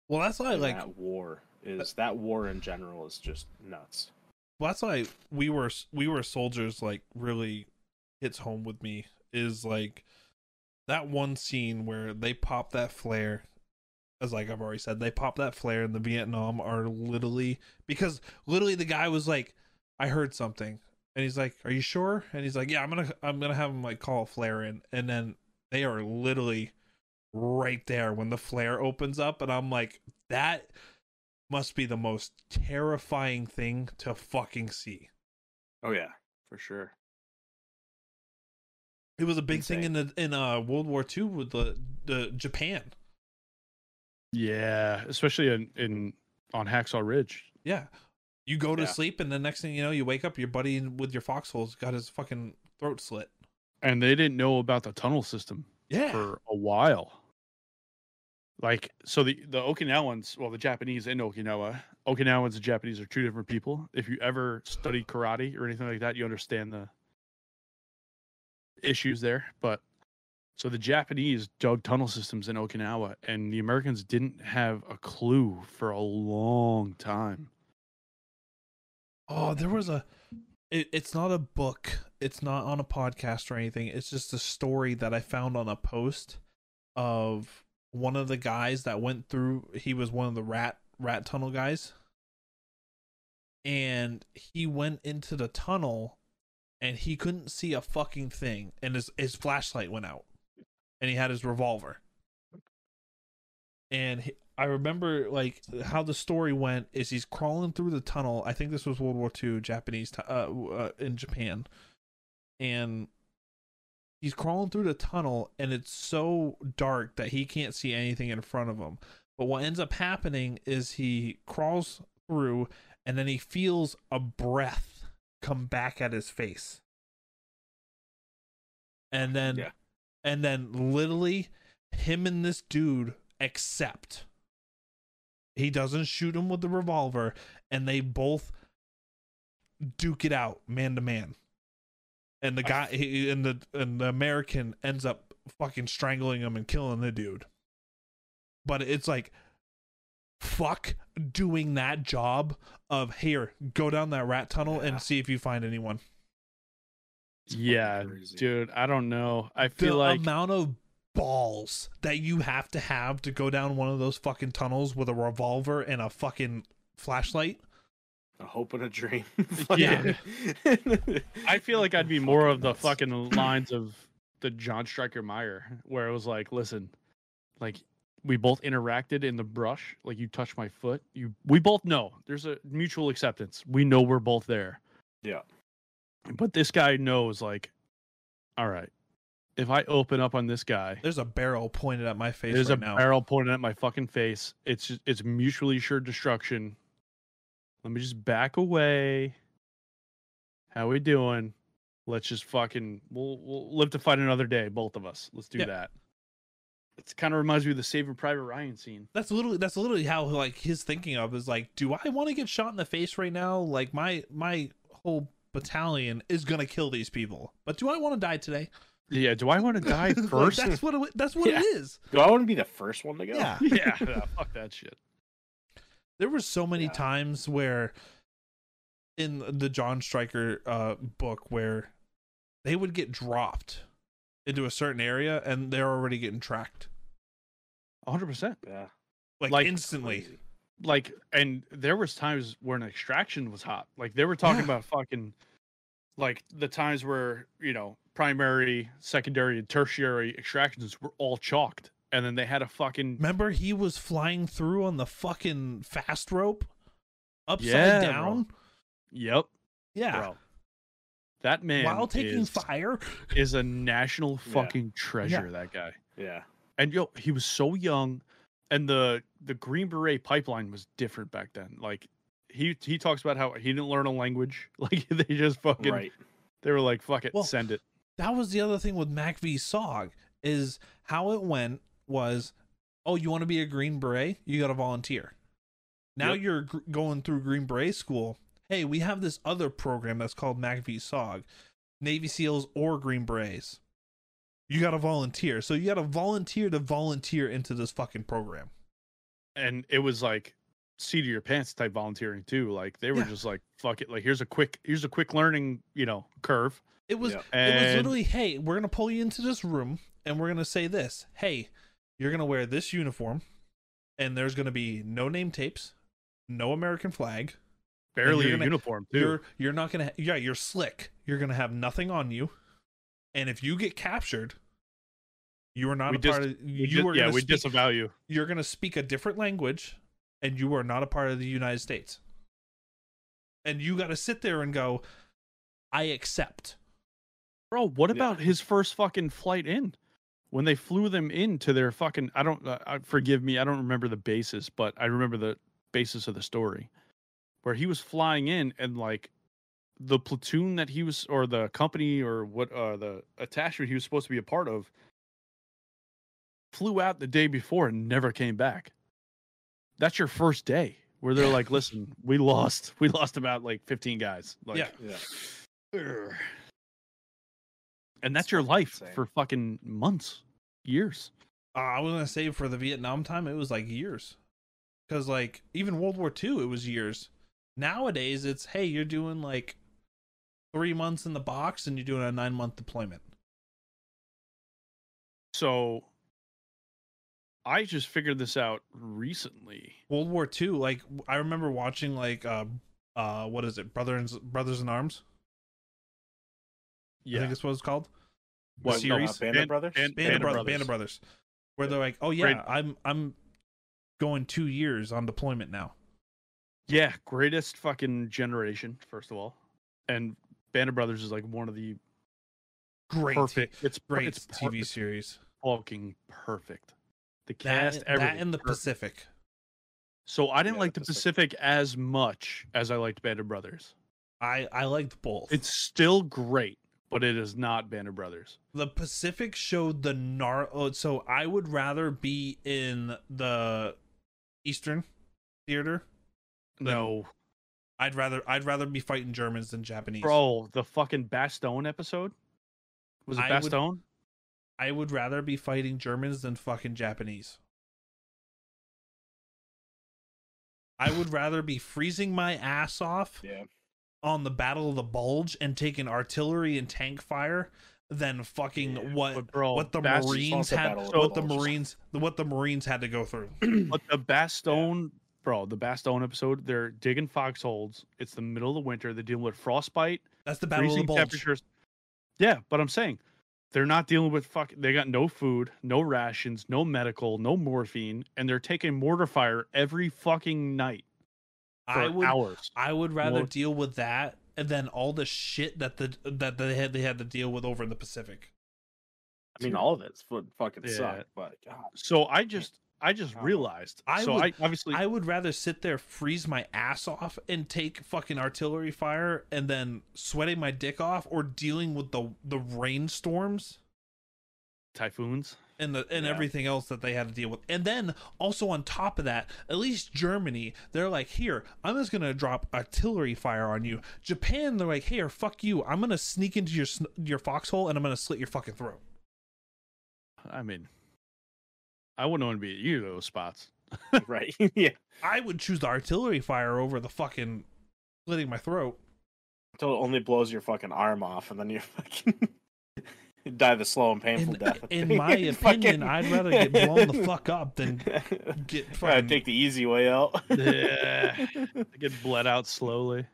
S2: Well, that's why
S1: in
S2: like
S1: that war is that war in general is just nuts.
S2: well, that's why we were we were soldiers like really hits home with me is like that one scene where they pop that flare as like I've already said they pop that flare in the Vietnam are literally because literally the guy was like I heard something and he's like are you sure and he's like yeah I'm going to I'm going to have him like call a flare in and then they are literally right there when the flare opens up and I'm like that must be the most terrifying thing to fucking see.
S1: Oh yeah, for sure.
S2: It was a big thing in
S1: Insane.
S2: the in uh World War II with the the Japan.
S3: Yeah, especially in, in on Hacksaw Ridge.
S2: Yeah. You go to
S1: Yeah.
S2: sleep and the next thing you know, you wake up, your buddy with your foxholes got his fucking throat slit.
S3: And they didn't know about the tunnel system
S2: Yeah.
S3: for a while. Like so the the Okinawans, well the Japanese and Okinawa, Okinawans and Japanese are two different people. If you ever study karate or anything like that, you understand the issues there, but so the Japanese dug tunnel systems in Okinawa and the Americans didn't have a clue for a long time.
S2: Oh, there was a it, it's not a book. It's not on a podcast or anything. It's just a story that I found on a post of one of the guys that went through he was one of the rat rat tunnel guys. And he went into the tunnel and he couldn't see a fucking thing and his his flashlight went out. And he had his revolver. And he, I remember like how the story went is he's crawling through the tunnel. I think this was World War II, Japanese tu- uh, uh, in Japan, and he's crawling through the tunnel, and it's so dark that he can't see anything in front of him. But what ends up happening is he crawls through, and then he feels a breath come back at his face, and then
S1: Yeah.
S2: and then literally him and this dude accept. He doesn't shoot him with the revolver, and they both duke it out man to man. And the
S3: I-
S2: guy he, and the and the American ends up fucking strangling him and killing the dude. But it's like fuck doing that job of here, go down that rat tunnel
S1: Yeah.
S2: and see if you find anyone.
S1: It's fucking
S3: Yeah,
S1: crazy.
S3: dude, I don't know. I
S2: the
S3: feel like
S2: amount of balls that you have to have to go down one of those fucking tunnels with a revolver and a fucking flashlight.
S1: A hope and a dream.
S3: Yeah.
S1: Fucking-
S3: I feel like I'd be more of the
S1: nuts.
S3: fucking lines of the John Stryker Meyer, where it was like, listen, like we both interacted in the brush, like you touched my foot. You we both know. There's a mutual acceptance. We know we're both there.
S1: Yeah.
S3: But this guy knows like, all right, if I open up on this guy,
S2: There's a barrel pointed at my face
S3: there's
S2: right
S3: a
S2: now.
S3: barrel pointed at my fucking face. It's just, it's mutually assured destruction. Let me just back away. How we doing? Let's just fucking we'll we'll live to fight another day, both of us. Let's do
S2: Yeah.
S3: that. It's kind of reminds me of the Saving Private Ryan scene.
S2: That's literally that's literally how like his thinking of is like, do I want to get shot in the face right now? Like my my whole battalion is gonna kill these people, but do I want to die today?
S3: Yeah, do I want to die
S2: Like,
S3: first?
S2: that's what it, that's what
S1: Yeah.
S2: it is.
S1: Do I want to be the first one to go?
S2: Yeah.
S3: yeah, nah, fuck that shit.
S2: there were so many
S1: Yeah.
S2: times where in the John Stryker uh, book where they would get dropped into a certain area and they're already getting tracked
S3: 100. percent
S1: Yeah.
S2: like,
S3: Like-
S2: instantly.
S1: Crazy.
S3: like and there was times when extraction was hot like they were talking
S2: Yeah.
S3: about fucking like the times where you know primary secondary and tertiary extractions were all chalked and then they had a fucking
S2: Remember he was flying through on the fucking fast rope upside
S3: Yeah, bro.
S2: down?
S3: yep,
S2: Yeah.
S3: bro. That man
S2: While taking
S3: is,
S2: fire.
S3: is a national
S1: Yeah.
S3: fucking treasure. That guy,
S1: Yeah.
S3: and yo, he was so young, and the the Green Beret pipeline was different back then. Like he he talks about how he didn't learn a language. Like they just fucking
S1: Right.
S3: they were like fuck it,
S2: Well,
S3: send it.
S2: That was the other thing with Mac v Sog is how it went was, oh, you want to be a Green Beret? You got to volunteer. Now
S3: Yep.
S2: you're gr- going through Green Beret school. Hey, we have this other program that's called Mac v Sog, Navy SEALs or Green Berets. You got to volunteer. So you got to volunteer to volunteer into this fucking program.
S3: and it was like seat of your pants type volunteering too. Like they were
S2: Yeah.
S3: just like, fuck it. Like here's a quick here's a quick learning, you know, curve.
S2: It was
S1: Yeah.
S3: And
S2: it was literally, hey, we're gonna pull you into this room and we're gonna say this. Hey, you're gonna wear this uniform, and there's gonna be no name tapes, no American flag.
S3: barely
S2: you're
S3: a
S2: gonna-
S3: uniform too.
S2: You're you're not gonna yeah, you're slick. You're gonna have nothing on you. And if you get captured, you are not
S3: We
S2: a
S3: dis-
S2: part of
S3: We
S2: you
S3: ju-
S2: are
S3: yeah,
S2: gonna
S3: we
S2: speak,
S3: disavow you.
S2: you're gonna speak a different language and you are not a part of the United States. And you gotta sit there and go, I accept.
S3: Bro, what
S1: Yeah.
S3: about his first fucking flight in? When they flew them into their fucking I don't uh, uh, forgive me, I don't remember the basis, but I remember the basis of the story. Where he was flying in and like the platoon that he was or the company or what uh the attachment he was supposed to be a part of flew out the day before and never came back. That's your first day where they're like, listen, we lost. We lost about like 15 guys. Like
S2: Yeah.
S1: Yeah.
S3: Urgh. And that's
S1: It's
S3: your
S1: fucking
S3: life
S1: insane.
S3: for fucking months, years.
S2: uh, I was gonna say for the Vietnam time, it was like years, because like even World War II, it was years. Nowadays, it's hey, you're doing like three months in the box, and you're doing a nine month deployment.
S3: So I just figured this out recently.
S2: World War II, like w- I remember watching like uh uh what is it, Brothers Brothers in Arms? I think
S3: Yeah.
S2: that's what it's called. The
S1: What, no, uh,
S2: series?
S1: Band of
S3: Band-
S1: Brothers?
S3: Band-
S2: Band, of Brothers,
S3: Brothers.
S2: Band of Brothers, where they're like, oh yeah,
S3: Great.
S2: I'm I'm going two years on deployment now.
S3: Yeah. Greatest fucking generation, first of all. And Band of Brothers is like one of the
S2: Great,
S3: perfect. It's per-
S2: great
S3: It's per-
S2: TV
S3: it's
S2: series.
S3: fucking perfect. The
S2: That,
S3: cast,
S2: that
S3: everything.
S2: and the
S3: perfect.
S2: Pacific.
S3: So I didn't
S1: Yeah,
S3: like
S1: the
S3: the Pacific as much as I liked Band of Brothers.
S2: I I liked both.
S3: It's still great, but it is not Band of Brothers.
S2: the Pacific showed the nar. Oh, so I would rather be in the Eastern theater. than-
S3: No,
S2: I'd rather I'd rather be fighting Germans than Japanese.
S3: Bro, the fucking Bastone episode? Was it
S2: I would-
S3: Bastone?
S2: I would rather be fighting Germans than fucking Japanese. I would rather be freezing my ass off
S1: Yeah.
S2: on the Battle of the Bulge and taking artillery and tank fire than fucking
S1: Yeah, oh,
S2: what
S3: But bro,
S2: what the
S3: Bast-
S2: Marines
S1: the
S2: had
S1: Battle of
S3: the
S2: what the
S1: Bulge.
S2: Marines what the Marines had to go through.
S3: but the Bastone, bro, the Bastone episode, they're digging foxholes. It's the middle of the winter. They're dealing with frostbite,
S2: That's the Battle of the
S3: freezing
S2: Bulge.
S3: temperatures. Yeah, but I'm saying they're not dealing with fuck. They got no food, no rations, no medical, no morphine, and they're taking mortar fire every fucking night for
S2: I would
S3: hours.
S2: I would rather
S3: Most-
S2: deal with that than all the shit that the that they had they had to deal with over in the Pacific.
S1: I mean, all of it's would fucking
S3: Yeah.
S1: suck, but God.
S3: So I just, I just
S1: Oh.
S3: realized.
S2: I
S3: so
S2: would-
S3: I obviously
S2: I would rather sit there freeze my ass off and take fucking artillery fire and then sweating my dick off or dealing with the the rainstorms
S3: typhoons.
S2: and the and
S1: Yeah.
S2: everything else that they had to deal with. And then also on top of that, at least Germany, they're like, "Here, I'm just going to drop artillery fire on you." Japan, they're like, "Here, fuck you. I'm going to sneak into your sn- your foxhole and I'm going to slit your fucking throat."
S3: I mean, I wouldn't want to be at either of those spots.
S1: right. yeah.
S2: I would choose the artillery fire over the fucking slitting my throat.
S1: Until it only blows your fucking arm off, and then you fucking die the slow and painful
S2: In,
S1: death.
S2: in my
S1: Fucking-
S2: opinion, I'd rather get blown the fuck up than get
S1: Gotta
S2: fucking.
S1: take the easy way out.
S3: Yeah. I get bled out slowly.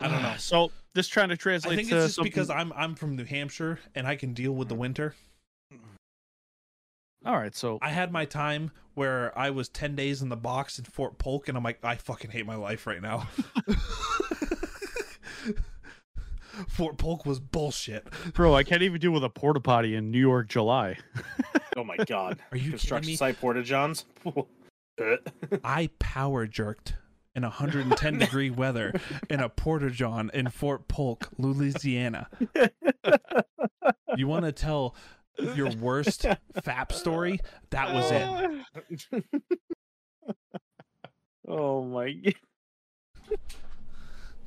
S2: I don't know.
S3: So this trying to
S1: uh,
S2: I
S3: translate
S2: think it's
S3: to
S2: just
S3: something-
S1: Mm.
S2: because I'm I'm from New Hampshire and I can deal with the winter.
S3: All right, so
S2: I had my time where I was 10 days in the box in Fort Polk, and I'm like, I fucking hate my life right now. Fort Polk was bullshit.
S3: bro, I can't even deal with a porta potty in New York, July.
S1: Oh my god.
S2: Are you kidding
S1: Construction
S2: me? Oh.
S1: site porta johns.
S2: I power jerked in 110 degree weather in a porta john in Fort Polk, Louisiana. You want to tell your worst fap story? That was it.
S1: it. oh my god.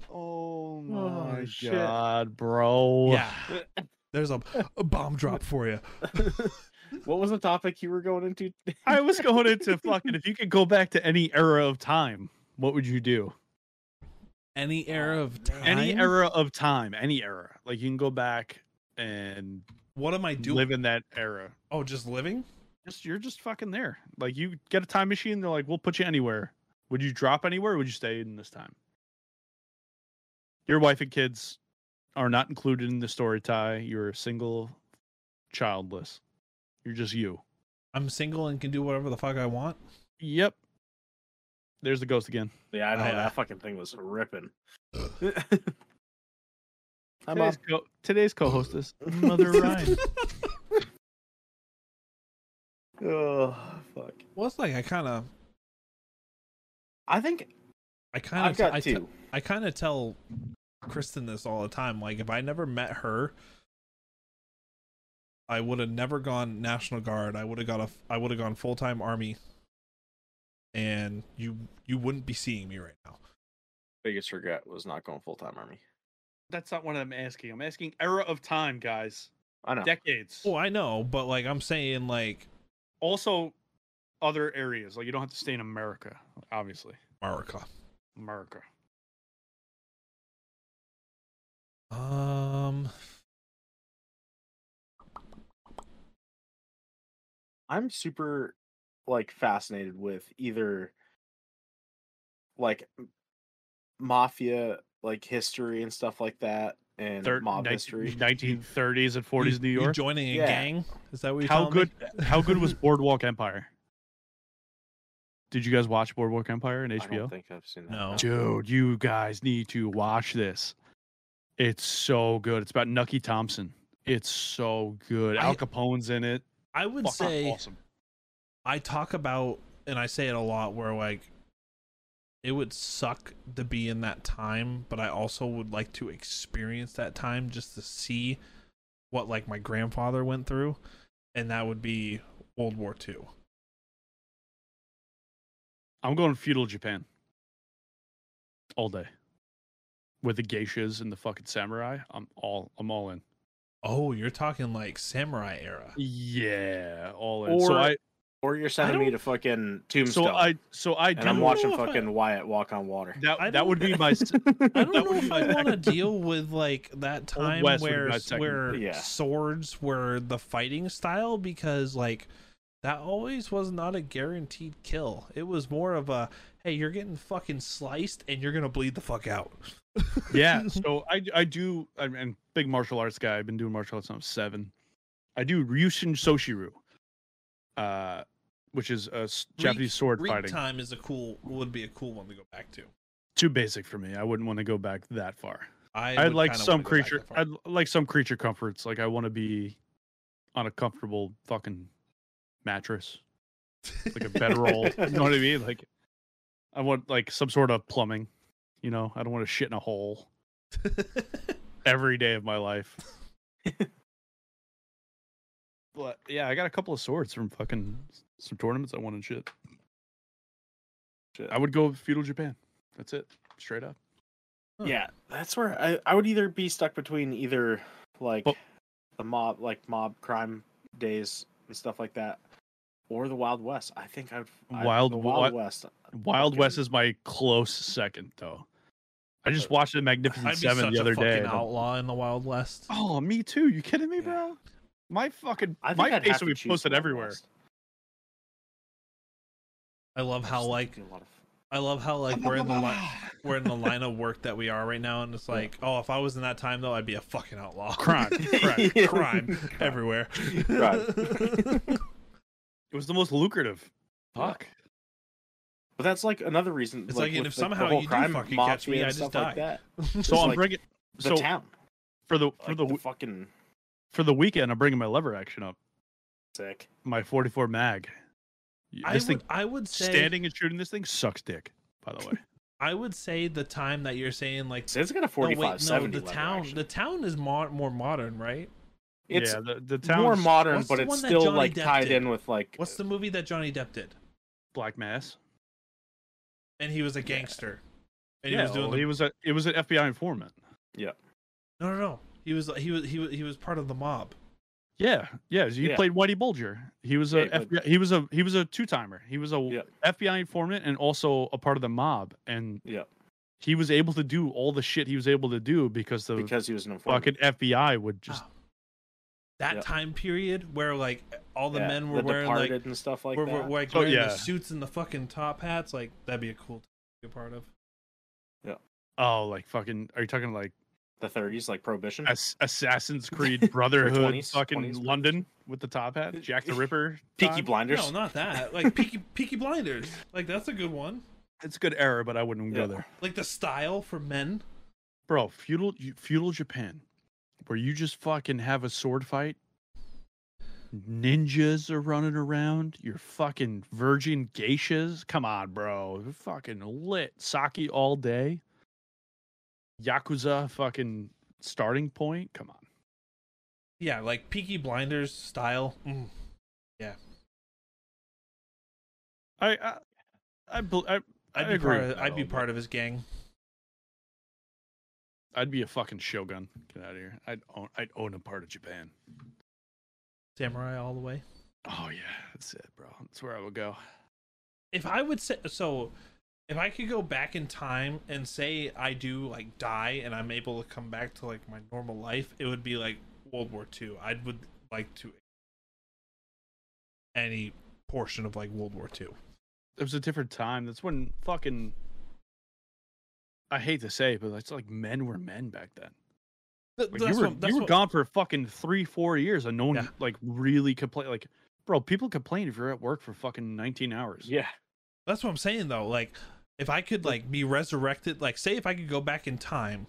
S3: Oh
S1: my shit.
S3: god, bro.
S2: Yeah. There's a, a bomb drop for you.
S1: What was the topic you were going into?
S3: I was going into fucking if you could go back to any era of time, what would you do?
S2: Any era of time.
S3: Any era of time, any era. Like you can go back and
S2: What am I doing?
S3: live in that era.
S2: Oh, just living?
S3: Just you're just fucking there. Like you get a time machine, they're like, we'll put you anywhere. Would you drop anywhere? Or would you stay in this time? Your wife and kids are not included in the story tie. You're single, childless. You're just you.
S2: I'm single and can do whatever the fuck I want.
S3: Yep. There's the ghost again.
S1: Yeah, I know
S2: Uh,
S1: that fucking thing was ripping. I'm
S3: Today's,
S1: up.
S3: co- today's co-hostess, Mother Ryan.
S1: Oh fuck.
S2: Well, it's like I kind of,
S1: I think
S2: I kind
S1: I've
S2: of,
S1: got
S2: I,
S1: two.
S2: t- I kind of tell Kristen this all the time. Like, if I never met her, I would have never gone National Guard. I would have got a, I would have gone full time Army, and you, you wouldn't be seeing me right now.
S1: Biggest regret was not going full time army.
S3: That's not what I'm asking. I'm asking era of time, guys.
S1: I know.
S3: Decades.
S2: Oh, I know, but like I'm saying, like
S3: Also, other areas. Like you don't have to stay in America, obviously.
S2: America.
S3: America.
S2: Um,
S1: I'm super like fascinated with either like m- mafia like history and stuff like that and
S3: Thir-
S1: mob
S3: nine-
S1: history.
S3: 1930s and 40s
S2: you-
S3: New
S2: you
S3: York.
S2: joining a
S1: Yeah.
S2: gang. Is that what you're
S3: How
S2: telling me?
S3: good how good was Boardwalk Empire? Did you guys watch Boardwalk Empire on
S1: I don't
S3: HBO?
S1: think I've seen that.
S2: No.
S3: Dude, you guys need to watch this. It's so good. It's about Nucky Thompson. It's so good.
S2: I-
S3: Al Capone's in it.
S2: I would
S3: Fucking
S2: say
S3: awesome.
S2: I talk about and I say it a lot where like it would suck to be in that time, but I also would like to experience that time just to see what like my grandfather went through and that would be World War II.
S3: I'm going feudal Japan. All day. With the geishas and the fucking samurai. I'm all I'm all in.
S2: Oh, you're talking like samurai era.
S3: Yeah, all in. so
S1: Or-
S3: I
S1: Or you're sending me
S2: don't-
S1: to fucking Tombstone.
S3: so I so I
S1: and I'm
S3: do-
S2: don't
S1: watching
S2: know if I-
S1: fucking Wyatt walk on water.
S2: I
S3: that that would be my s-
S2: I don't
S3: That
S2: know
S3: would be
S2: if
S3: my
S2: I want to
S3: second-
S2: deal with like that time
S3: West would be
S2: where
S3: my second
S2: where
S1: pick. Yeah.
S2: swords were the fighting style because like that always was not a guaranteed kill. It was more of a hey, you're getting fucking sliced and you're gonna bleed the fuck out.
S3: yeah so i i do i'm a big martial arts guy i've been doing martial arts since i was seven i do ryushin soshiru uh which is a s- japanese sword
S2: Read
S3: fighting
S2: time is a cool would be a cool one to go back to.
S3: too basic for me i wouldn't want to go back that far
S2: I
S3: i'd
S2: would
S3: like
S2: kinda wanna go
S3: some
S2: back
S3: creature
S2: that far.
S3: i'd l- like some creature comforts like i want to be on a comfortable fucking mattress like a bedroll you know what i mean like i want like some sort of plumbing you know i don't want to shit in a hole every day of my life. but yeah, I got a couple of swords from fucking some tournaments I won and shit.
S1: Shit.
S3: I would go feudal Japan. That's it, straight up.
S2: Huh.
S1: Yeah, that's where I, I would either be stuck between either like
S3: But-
S1: the mob like mob crime days and stuff like that, or the Wild West. I think I'd I'd-
S3: Wild
S1: the Wild
S3: Wa-
S1: West.
S3: Wild
S1: Fucking-
S3: West is my close second, though. I just watched the Magnificent
S2: I'd be
S3: Seven
S2: such
S3: the
S2: a
S3: other
S2: fucking
S3: day.
S2: outlaw in the Wild West.
S3: Oh, me too. You kidding me,
S1: Yeah.
S3: bro? My fucking
S1: I think
S3: my
S1: I'd
S3: face
S1: have
S3: would
S1: to
S3: be
S1: choose
S3: posted
S1: Wild
S3: everywhere.
S1: West.
S2: I love
S1: I
S2: how
S1: just
S2: like
S1: think it'd be a lot of-
S2: I love how like we're in the line we're in the line of work that we are right now, and it's like, oh, if I was in that time though, I'd be a fucking outlaw.
S3: Crime, crime.
S1: Yeah.
S2: crime everywhere.
S1: Crime.
S3: It was the most lucrative.
S1: Yeah.
S3: Fuck.
S1: But that's like another reason.
S2: It's like, and
S1: with
S2: if
S1: the- the
S2: somehow
S1: whole
S2: you do
S1: crime
S2: fucking catch
S1: mafia
S2: me,
S1: and
S2: I just
S1: stuff
S2: die.
S1: like that.
S3: So
S1: It's
S3: I'm
S1: like
S3: bringing
S1: The
S3: so
S1: town,
S3: for the
S1: like
S3: for the,
S1: the,
S3: w
S1: fucking
S3: for the weekend. I'm bringing my lever action up.
S1: sick.
S3: My 44 mag. Y-
S2: I
S3: This
S2: would,
S3: thing
S2: I would say
S3: standing and shooting this thing sucks dick. By the way,
S2: I would say the time that you're saying like
S1: So it's got a
S2: no,
S1: 45
S2: wait, no,
S1: 70
S2: the
S1: lever
S2: town
S1: action.
S2: the town is mo- more modern, right?
S1: It's
S3: yeah, the the
S1: more
S3: town's
S1: modern,
S2: what's
S1: but
S2: the
S1: it's
S2: one that
S1: still
S2: Johnny
S1: like
S2: Depp
S1: tied
S2: did?
S1: in with like
S2: What's the movie that Johnny Depp did?
S3: Black Mass.
S2: And he was a gangster. And he was doing
S3: well,
S2: the,
S3: he was a it was an FBI informant.
S2: No, no, no. He was he was he was he was part of the mob.
S3: Yeah, yeah. so You
S1: Yeah.
S3: played Whitey Bulger. He was
S1: Yeah,
S3: a
S1: he played-
S3: FBI, he was a he was a two timer. He was a
S1: Yeah.
S3: FBI informant and also a part of the mob. And
S1: Yeah.
S3: he was able to do all the shit he was able to do because the
S1: because he was an informant.
S3: fucking FBI would just
S2: Oh. That
S1: Yep.
S2: time period where like all the
S1: Yeah,
S2: men were
S1: the
S2: wearing
S1: departed
S2: like
S1: and stuff like
S2: were,
S1: that.
S2: were, were, like
S3: So,
S2: wearing
S3: Oh, yeah.
S2: the suits and the fucking top hats, like that'd be a cool time to be a part of.
S3: oh like fucking are you talking like
S1: the 30s, like Prohibition.
S3: Ass- Assassin's Creed Brotherhood
S1: 20s,
S3: fucking
S1: 20s.
S3: London with the top hat Jack the Ripper
S1: Peaky
S3: time?
S1: Blinders.
S2: No, not that. Like Peaky, Peaky Blinders. Like that's a good one.
S3: It's a good era, but I wouldn't
S1: Yeah.
S3: go there,
S2: Like the style for men.
S3: bro. Feudal feudal Japan, where you just fucking have a sword fight ninjas are running around. Your fucking virgin geishas. Come on, bro. Fucking lit sake all day. Yakuza fucking starting point. Come on.
S2: Yeah, like Peaky Blinders style. Mm.
S3: I I I, bel- I
S2: I'd
S3: I
S2: be
S3: agree
S2: part.
S3: with
S2: Of,
S3: that
S2: I'd be
S3: all,
S2: part of his gang.
S3: I'd be a fucking shogun. Get out of here. I'd own I'd own a part of Japan.
S2: Samurai all the way.
S3: Oh yeah, that's it, bro. That's where I would go.
S2: if I would say so, if I could go back in time and say I do like die and I'm able to come back to like my normal life, it would be like World War Two. I would like to any portion of like World War Two.
S3: It was a different time. That's when fucking I hate to say, it, but it's like men were men back then. Like, you were, you were gone for fucking three, four years, and no one
S2: Yeah.
S3: like really complained. Like, bro, people complain if you're at work for fucking 19 hours.
S1: Yeah.
S2: That's what I'm saying though. Like if I could like be resurrected, like say if I could go back in time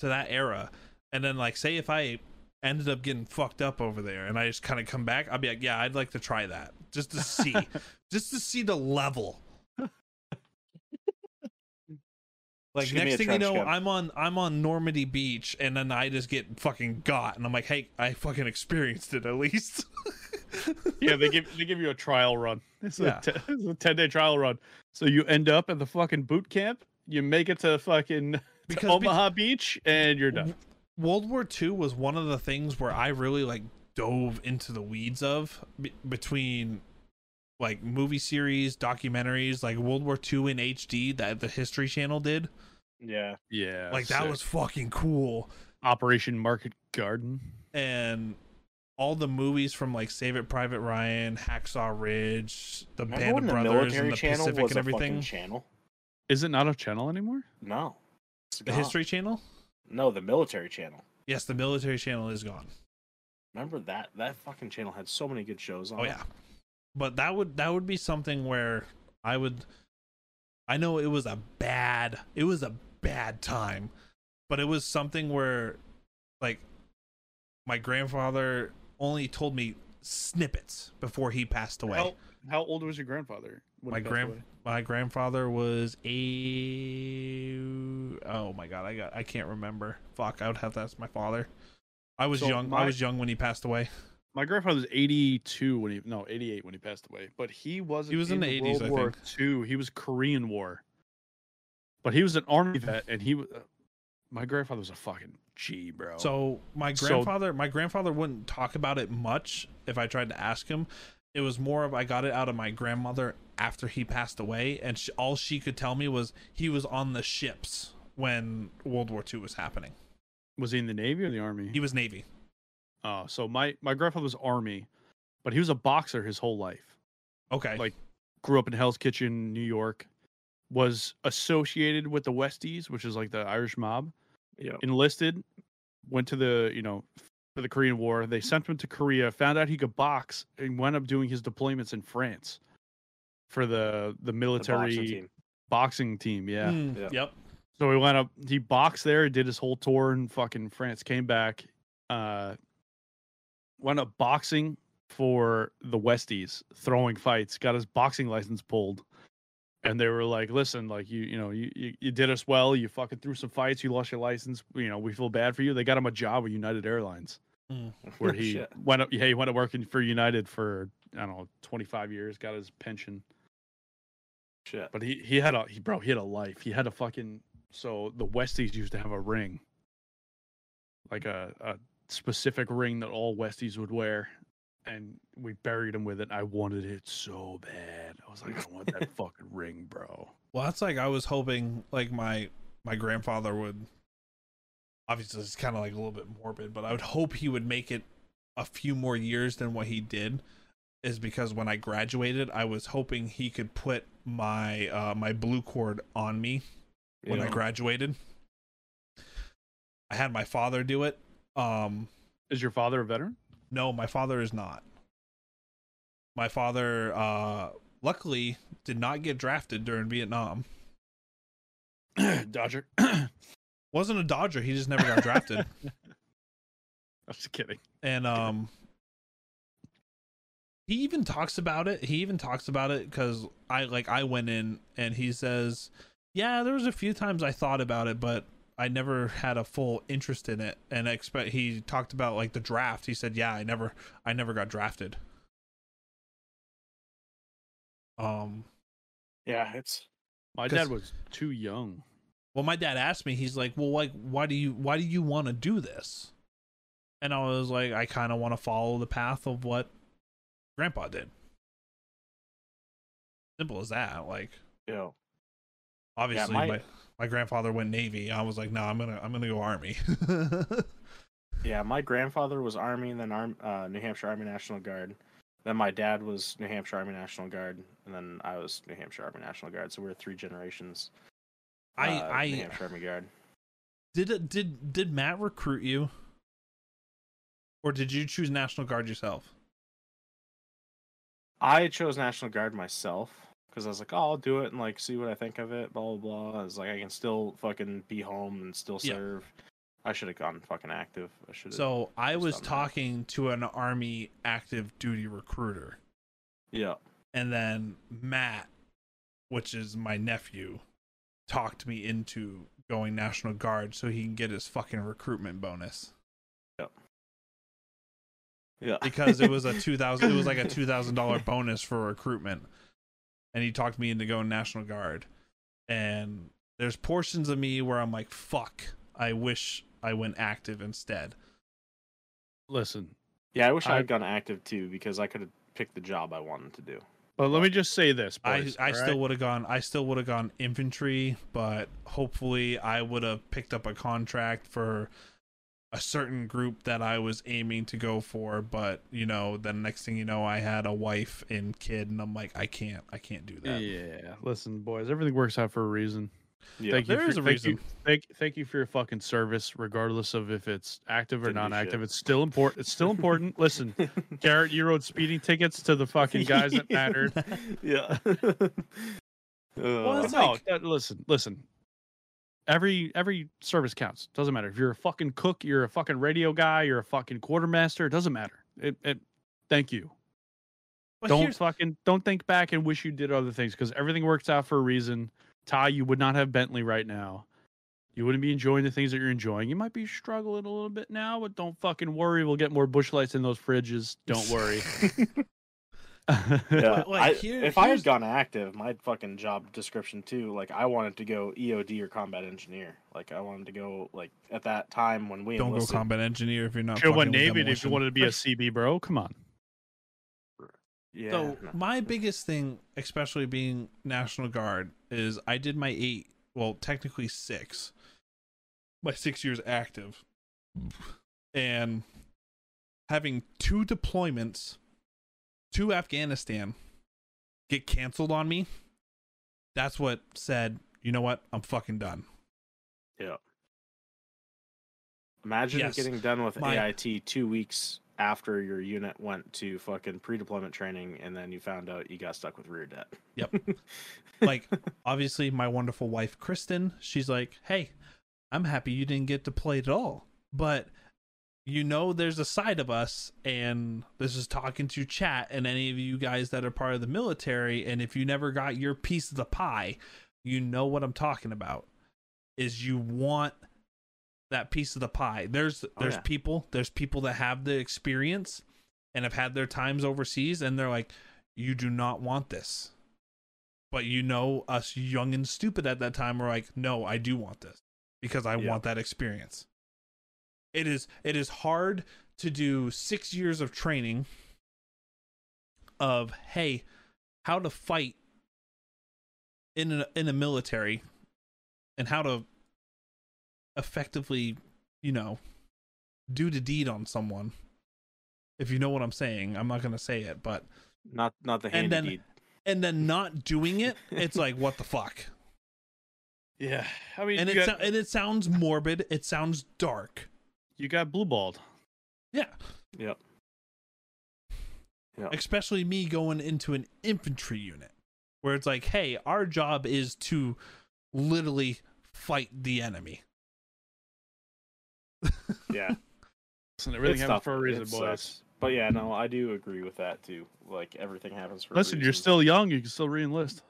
S2: to that era and then like say if I ended up getting fucked up over there and I just kind of come back, I'd be like, yeah, I'd like to try that just to see, just to see the level. Like
S1: Just give me
S2: next
S1: a
S2: thing you
S1: trench
S2: know,
S1: coat.
S2: I'm on I'm on Normandy Beach, and then I just get fucking got, and I'm like, hey, I fucking experienced it at least.
S3: yeah, they give they give you a trial run. It's
S2: Yeah.
S3: a, te- it's a 10 day trial run. So you end up at the fucking boot camp. You make it to fucking
S2: Because be-
S3: Omaha Beach, and you're done.
S2: World War II was one of the things where I really like dove into the weeds of b- between like movie series, documentaries, like World War II in HD that the History Channel did.
S1: Yeah.
S3: Yeah,
S2: like that
S3: sick.
S2: was fucking cool.
S3: Operation Market Garden.
S2: And all the movies from like Save It Private Ryan, Hacksaw Ridge, the
S1: Remember when
S2: Band
S1: the
S2: of Brothers,
S1: military
S2: and the
S1: channel
S2: Pacific
S1: was
S2: and
S1: a fucking
S2: everything.
S1: channel?
S3: Is it not a channel anymore?
S1: No. It's
S2: The
S1: gone.
S2: History Channel?
S1: No, the military channel.
S2: Yes, the military channel is gone.
S1: Remember that? That fucking channel had so many good shows on
S2: Oh
S1: it.
S2: yeah. But that would that would be something where I would I know it was a bad it was a bad time, but it was something where like my grandfather only told me snippets before he passed away.
S3: How, how old was your grandfather? when
S2: my
S3: he passed
S2: grand
S3: away?
S2: my grandfather was a oh my god, I got I can't remember. Fuck, I would have to ask my father. I was
S3: So
S2: young I
S3: my-
S2: was young when he passed away.
S3: My grandfather was 82 when he no 88 when he passed away, but he wasn't.
S2: He was in the 80s,
S3: World
S2: I
S3: War
S2: think.
S3: Two. He was Korean War, but he was an army vet, and he was. Uh, my grandfather was a fucking G, bro.
S2: So my
S3: So-
S2: grandfather, my grandfather wouldn't talk about it much if I tried to ask him. It was more of I got it out of my grandmother after he passed away, and she, all she could tell me was he was on the ships when World War II was happening.
S3: was he in the navy or the army?
S2: He was Navy.
S3: Oh, so my my grandfather was army, but he was a boxer his whole life.
S2: Okay,
S3: Like- Grew up in Hell's Kitchen, New York. Was associated with the Westies, which is like the Irish mob.
S1: Yeah.
S3: enlisted, went to the you know for the Korean War. They sent him to Korea, found out he could box, and wound up doing his deployments in France for the
S1: the
S3: the
S1: boxing
S3: military boxing,
S1: team.
S3: team. Yeah.
S2: Mm,
S1: Yeah.
S2: Yep.
S3: So he went up, he boxed there, did his whole tour in fucking France, came back, uh, wound up boxing for the Westies, throwing fights, got his boxing license pulled. And they were like, listen, like you, you know, you, you, you did us well. You fucking threw some fights. You lost your license. You know, we feel bad for you. They got him a job with United Airlines where he
S1: Shit.
S3: went up. Yeah, he went up working for United for I don't know, twenty five years. Got his pension,
S1: Shit.
S3: but he he had a he bro he had a life. He had a fucking so the Westies used to have a ring, like a a specific ring that all Westies would wear, and we buried him with it. I wanted it so bad. I was like, I want that fucking ring, bro.
S2: Well, that's like I was hoping like my my grandfather would obviously it's kind of like a little bit morbid, but I would hope he would make it a few more years than what he did is because when I graduated, I was hoping he could put my uh my blue cord on me when I
S1: Yeah.
S2: graduated. I had my father do it. Um
S3: Is your father a veteran?
S2: no, my father is not. My father uh luckily did not get drafted during Vietnam.
S3: Dodger. I
S2: wasn't a Dodger. He just never got drafted.
S3: was just kidding.
S2: and um, he even talks about it. He even talks about it because I like I went in and he says, "Yeah, there was a few times I thought about it, but I never had a full interest in it." And I expect he talked about like the draft. He said, "Yeah, I never, I never got drafted." Um.
S1: Yeah, it's
S3: My
S2: 'Cause-
S3: dad was too young.
S2: well my dad asked me he's like well like why do you why do you want to do this and i was like i kind of want to follow the path of what grandpa did simple as that like
S1: you know,
S2: obviously
S1: my-
S2: my, my, grandfather went navy i was like no i'm gonna i'm gonna go army
S1: Yeah, my grandfather was Army, and then Arm, uh, New Hampshire Army National Guard. Then my dad was New Hampshire Army National Guard, and then I was New Hampshire Army National Guard. So we are three generations.
S2: i
S1: uh, New
S2: i
S1: Hampshire Army Guard.
S2: did it did did matt recruit you or did you choose national guard yourself
S1: I chose National Guard myself because I was like, oh, I'll do it and like see what I think of it. Blah blah blah. I was like, I can still fucking be home and still
S2: Yeah.
S1: serve. I should have gone fucking active. I should.
S2: so i
S1: just
S2: was
S1: on that.
S2: talking to an army active duty recruiter
S1: yeah,
S2: and then Matt, which is my nephew, talked me into going National Guard so he can get his fucking recruitment bonus
S1: yeah.
S2: because it was a two thousand, it was like a two thousand dollar bonus for recruitment, and he talked me into going National Guard, and there's portions of me where I'm like, fuck, I wish I went active instead.
S3: Listen,
S1: yeah. I wish I
S3: I-
S1: had gone active too because I could have picked the job I wanted to do.
S3: but let me just say this.
S2: I,
S3: boys,
S2: I
S3: all right?
S2: still would have gone I still would have gone infantry, but hopefully I would have picked up a contract for a certain group that I was aiming to go for, but you know, then next thing you know I had a wife and kid and I'm like I can't I can't do that.
S3: Yeah, listen, boys, everything works out for a reason.
S1: Yeah.
S3: Thank you.
S2: There
S3: for,
S2: is a
S3: thank you-
S2: reason.
S3: thank, thank you for your fucking service, regardless of if it's active or
S1: Didn't do
S3: non-active.
S1: shit.
S3: It's still important. It's still important. listen, Garrett, you wrote speeding tickets to the fucking guys that mattered.
S1: yeah.
S2: Well,
S1: Uh,
S2: it's
S3: no,
S2: like-
S3: that- listen, listen. Every every service counts. Doesn't matter if you're a fucking cook, you're a fucking radio guy, you're a fucking quartermaster. It doesn't matter. It, it, thank you.
S2: But
S3: don't
S2: here's-
S3: fucking don't think back and wish you did other things because everything works out for a reason. Ty, you would not have Bentley right now. You wouldn't be enjoying the things that you're enjoying. You might be struggling a little bit now, but don't fucking worry. We'll get more bush lights in those fridges. Don't worry.
S1: yeah,
S2: But, like,
S1: I-
S2: here-
S1: if I
S2: here's-
S1: had gone active, my fucking job description too, like I wanted to go EOD or combat engineer. Like I wanted to go like at that time when we
S2: don't go
S1: enlisted,
S2: combat engineer if you're not
S3: Should have went
S2: fucking with
S3: Navy if you
S2: demolition.
S3: wanted to be a CB, bro. Come on.
S1: Yeah,
S2: so
S1: no.
S2: my biggest thing, especially being National Guard, is I did my eight, well, technically six, my six years active, and having two deployments to Afghanistan get canceled on me. That's what said. You know what? I'm fucking done.
S1: yeah. Imagine
S2: Yes.
S1: getting done with
S2: My-
S1: AIT two weeks after your unit went to fucking pre-deployment training, and then you found out you got stuck with rear debt.
S2: like obviously my wonderful wife kristen she's like hey i'm happy you didn't get to play at all but you know there's a side of us and this is talking to chat and any of you guys that are part of the military and if you never got your piece of the pie you know what i'm talking about is you want that piece of the pie there's there's
S1: Oh, yeah.
S2: people there's people that have the experience and have had their times overseas and they're like you do not want this but you know us young and stupid at that time were like no i do want this because i
S1: Yeah.
S2: want that experience it is it is hard to do six years of training of hey how to fight in a, in a military and how to effectively you know do the deed on someone if you know what i'm saying i'm not going to say it but
S1: Not not the
S2: And
S1: handy
S2: then-
S1: deed.
S2: and then not doing it, it's like what the fuck.
S3: Yeah, I mean,
S2: And
S3: you,
S2: it
S3: got,
S2: sou- and it sounds morbid. It sounds dark.
S3: you got blue balled.
S2: Yeah.
S1: Yep. Yep.
S2: Especially me going into an infantry unit where it's like, hey, our job is to literally fight the enemy.
S1: Yeah.
S3: Listen, everything
S1: It's
S3: happens
S1: tough.
S3: for a reason,
S1: It
S3: boys.
S1: sucks. But yeah, no, I do agree with that too. Like everything happens for. a
S3: Listen, you're
S1: reason.
S3: still young. You can still re-enlist.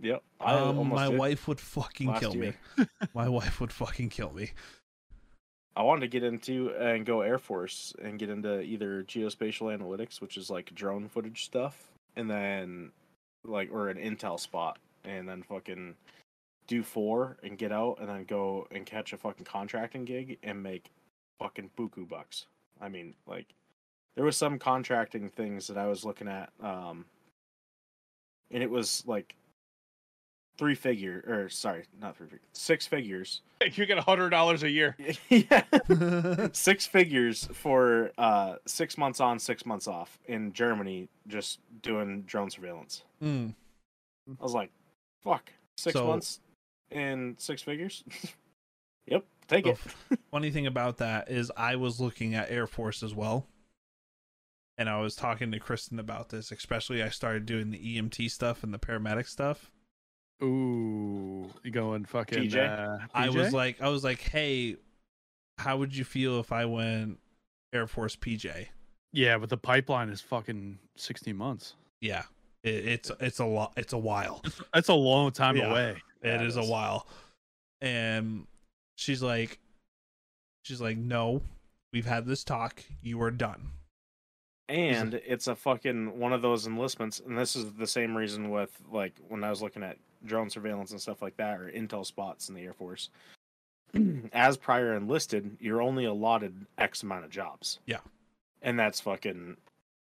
S1: Yep. I
S2: Um,
S1: almost
S2: my
S1: did
S2: wife would fucking
S1: last
S2: kill
S1: year.
S2: me. My wife would fucking kill me.
S1: I wanted to get into and go Air Force and get into either geospatial analytics, which is like drone footage stuff, and then like or an intel spot, and then fucking do four and get out, and then go and catch a fucking contracting gig and make fucking buku bucks. I mean, like there was some contracting things that I was looking at, um, and it was like three figure or sorry, not three figure, six figures.
S3: You get a hundred dollars a year.
S1: yeah
S2: yeah.
S1: six figures for uh six months on six months off in germany just doing drone surveillance
S2: Mm.
S1: i was like fuck six
S2: So-
S1: months and six figures yep take
S2: So
S1: it
S2: Funny thing about that is I was looking at Air Force as well. And I was talking to Kristen about this, especially I started doing the EMT stuff and the paramedic stuff.
S3: Ooh, you going fucking?
S1: TJ?
S3: Uh,
S2: I was
S3: PJ?
S2: like I was like, "Hey, how would you feel if I went Air Force PJ?"
S3: yeah, but the pipeline is fucking sixteen months.
S2: Yeah. It, it's it's a lot it's a while.
S3: That's a long time
S2: Yeah.
S3: away.
S1: Yeah,
S2: it
S1: it
S2: is a
S1: is.
S2: while and she's like she's like no we've had this talk you are done
S1: and it's a fucking one of those enlistments and this is the same reason with like when i was looking at drone surveillance and stuff like that or intel spots in the air force as prior enlisted you're only allotted x amount of jobs
S2: Yeah.
S1: and that's fucking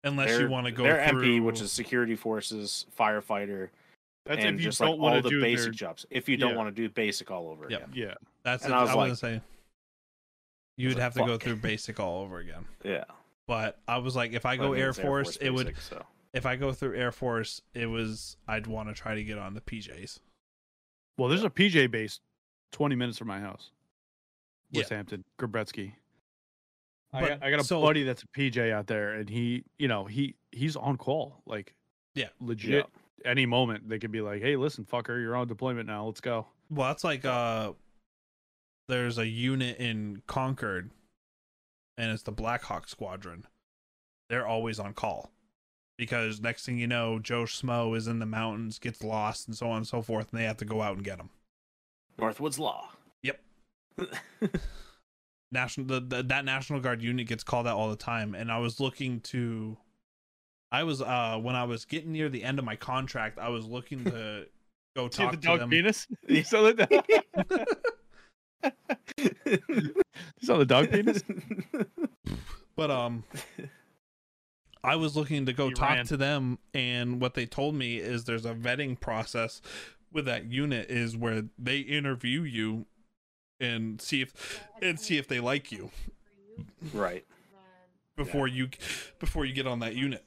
S2: unless you
S1: Their-
S2: want to go
S1: their
S2: through
S1: MP, which is security forces, firefighter,
S3: That's
S1: and
S3: if you
S1: just like
S3: don't
S1: all
S3: want
S1: the
S3: to do
S1: basic
S3: their-
S1: jobs. If you don't
S3: Yeah.
S1: want to do basic all over
S2: Yep.
S1: again,
S3: Yeah,
S2: that's
S1: and
S2: it. I
S1: I
S2: was,
S1: was
S2: gonna
S1: like-
S2: say you would
S1: like,
S2: have to go
S1: "Fuck."
S2: through basic all over again
S1: yeah.
S2: but I was like if I
S1: I
S2: go
S1: mean,
S2: Air
S1: it's
S2: Force it would
S1: basic, so.
S2: if I go through Air Force it was I'd want to try to get on the PJs
S3: Well, there's a PJ base 20 minutes from my house.
S2: Yeah.
S3: West Hampton, Grabetsky. I
S2: But-
S3: got, I got a
S2: so-
S3: buddy that's a PJ out there, and he, you know, he he's on call, like,
S2: Yeah.
S3: legit. Any moment they could be like, "Hey, listen, fucker, you're on deployment now. Let's go."
S2: well that's like uh there's a unit in Concord and it's the Blackhawk squadron they're always on call because next thing you know Joe Smo is in the mountains gets lost and so on and so forth and they have to go out and get him
S1: Northwoods Law.
S2: national the, the, that national guard unit gets called out all the time and i was looking to i was uh when i was getting near the end of my contract i was looking to go
S3: See
S2: talk
S3: the
S2: to
S3: dog
S2: them
S3: penis? you saw the, you saw the dog penis?
S2: but um i was looking to go
S3: You
S2: talk
S3: ran.
S2: to them and what they told me is there's a vetting process with that unit is where they interview you and see if and see if they like you
S1: right.
S2: before you before you get on that unit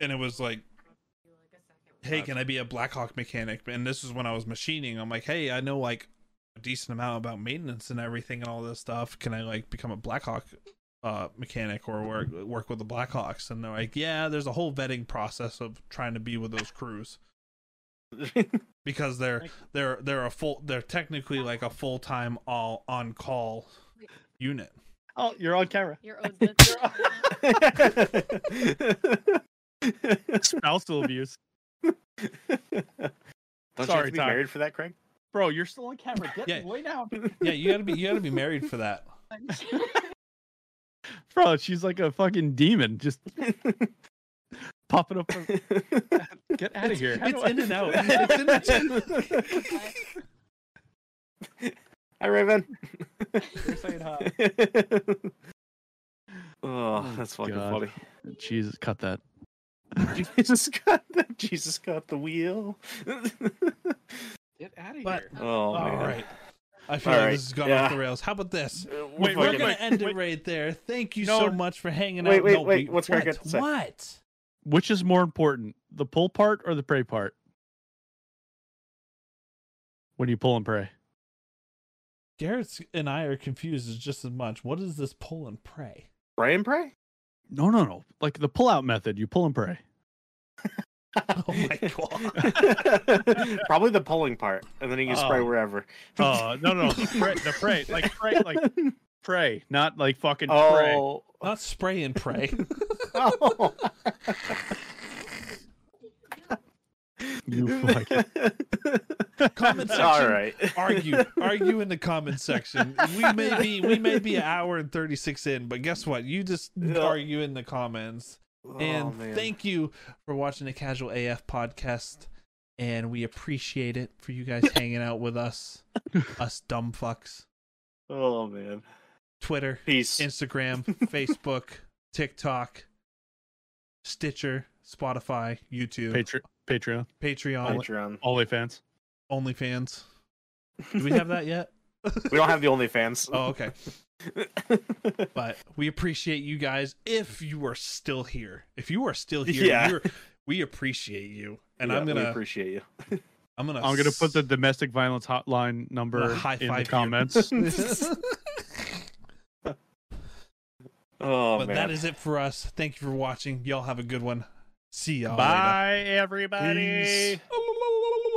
S2: and it was like hey, can I be a Blackhawk mechanic? And this is when I was machining. I'm like, hey, I know like a decent amount about maintenance and everything and all this stuff. Can I like become a Blackhawk uh, mechanic or work work with the Blackhawks? And they're like, yeah, there's a whole vetting process of trying to be with those crews because they're
S1: Like-
S2: they're they're a full they're technically like a full time all on call unit.
S3: Oh, you're on camera.
S4: Your own business.
S3: Spousal abuse.
S1: Don't you have
S3: Sorry,
S1: to be
S3: Tyler.
S1: married for that, Craig?
S3: Bro, you're still on camera. Get
S2: Yeah.
S3: way down.
S2: Yeah, you gotta be you gotta be married for that.
S3: Bro, she's like a fucking demon just popping up. from- Get out of here. How do
S2: It's
S3: I-
S2: in and out. It's in and out.
S1: Hi, Raven.
S3: You're saying hi.
S1: oh, that's fucking
S3: God.
S1: funny.
S3: Jesus, cut that.
S1: Jesus got the Jesus got the wheel.
S3: Get out of
S2: But-
S1: oh, man.
S2: All right. I feel
S1: All
S2: like
S1: right,
S2: this has gone
S1: yeah.
S2: off the rails. How about this?
S1: Uh, we're
S3: Wait,
S2: We're
S1: fucking-
S3: wait,
S2: gonna
S3: wait,
S2: end it
S3: wait.
S2: right there. Thank you
S3: No,
S2: so much for hanging
S1: wait,
S2: out.
S1: wait,
S2: No,
S1: wait,
S2: we-
S1: what's Greg
S2: what?
S1: got to say?
S2: What?
S3: Which is more important, the pull part or the prey part? When you pull and pray.
S2: Garrett and I are confused as just as much. What is this pull and pray?
S1: Pray and pray.
S3: No, no, no. Like the pull out method, you pull and pray.
S2: Oh my god!
S1: Probably the pulling part, and then you can spray
S3: Oh.
S1: wherever.
S3: Oh, no, no. The pray, the pray like pray, like pray, not like fucking pray.
S1: oh,
S2: Not spray and pray.
S1: oh.
S3: You fucking.
S2: Comment section.
S1: All right.
S2: Argue, argue in the comment section. We may be, we may be an hour and thirty six in, but guess what? You just
S1: Yeah.
S2: argue in the comments.
S1: Oh,
S2: and
S1: man.
S2: thank you for watching the Casual AF podcast. And we appreciate it for you guys hanging out with us, us dumb fucks.
S1: Oh man.
S2: Twitter,
S1: Peace.
S2: Instagram, Facebook, TikTok, Stitcher, Spotify, YouTube,
S3: Patre- Patreon,
S2: Patreon,
S1: Patreon.
S3: OnlyFans.
S2: OnlyFans. Do we have that yet?
S1: We don't have the OnlyFans.
S2: Oh, okay. Oh, But we appreciate you guys if you are still here. If you are still here,
S1: Yeah.
S2: you're, we appreciate you. And
S1: Yeah,
S2: I'm
S1: we
S2: gonna,
S1: appreciate you.
S2: I'm gonna,
S3: I'm gonna put the domestic violence hotline number
S2: high
S3: in the
S2: five you.
S3: comments.
S2: s-
S1: Oh
S2: but
S1: man.
S2: that is it for us. Thank you for watching. Y'all have a good one. See y'all.
S3: Bye,
S2: later.
S3: everybody.
S2: Peace.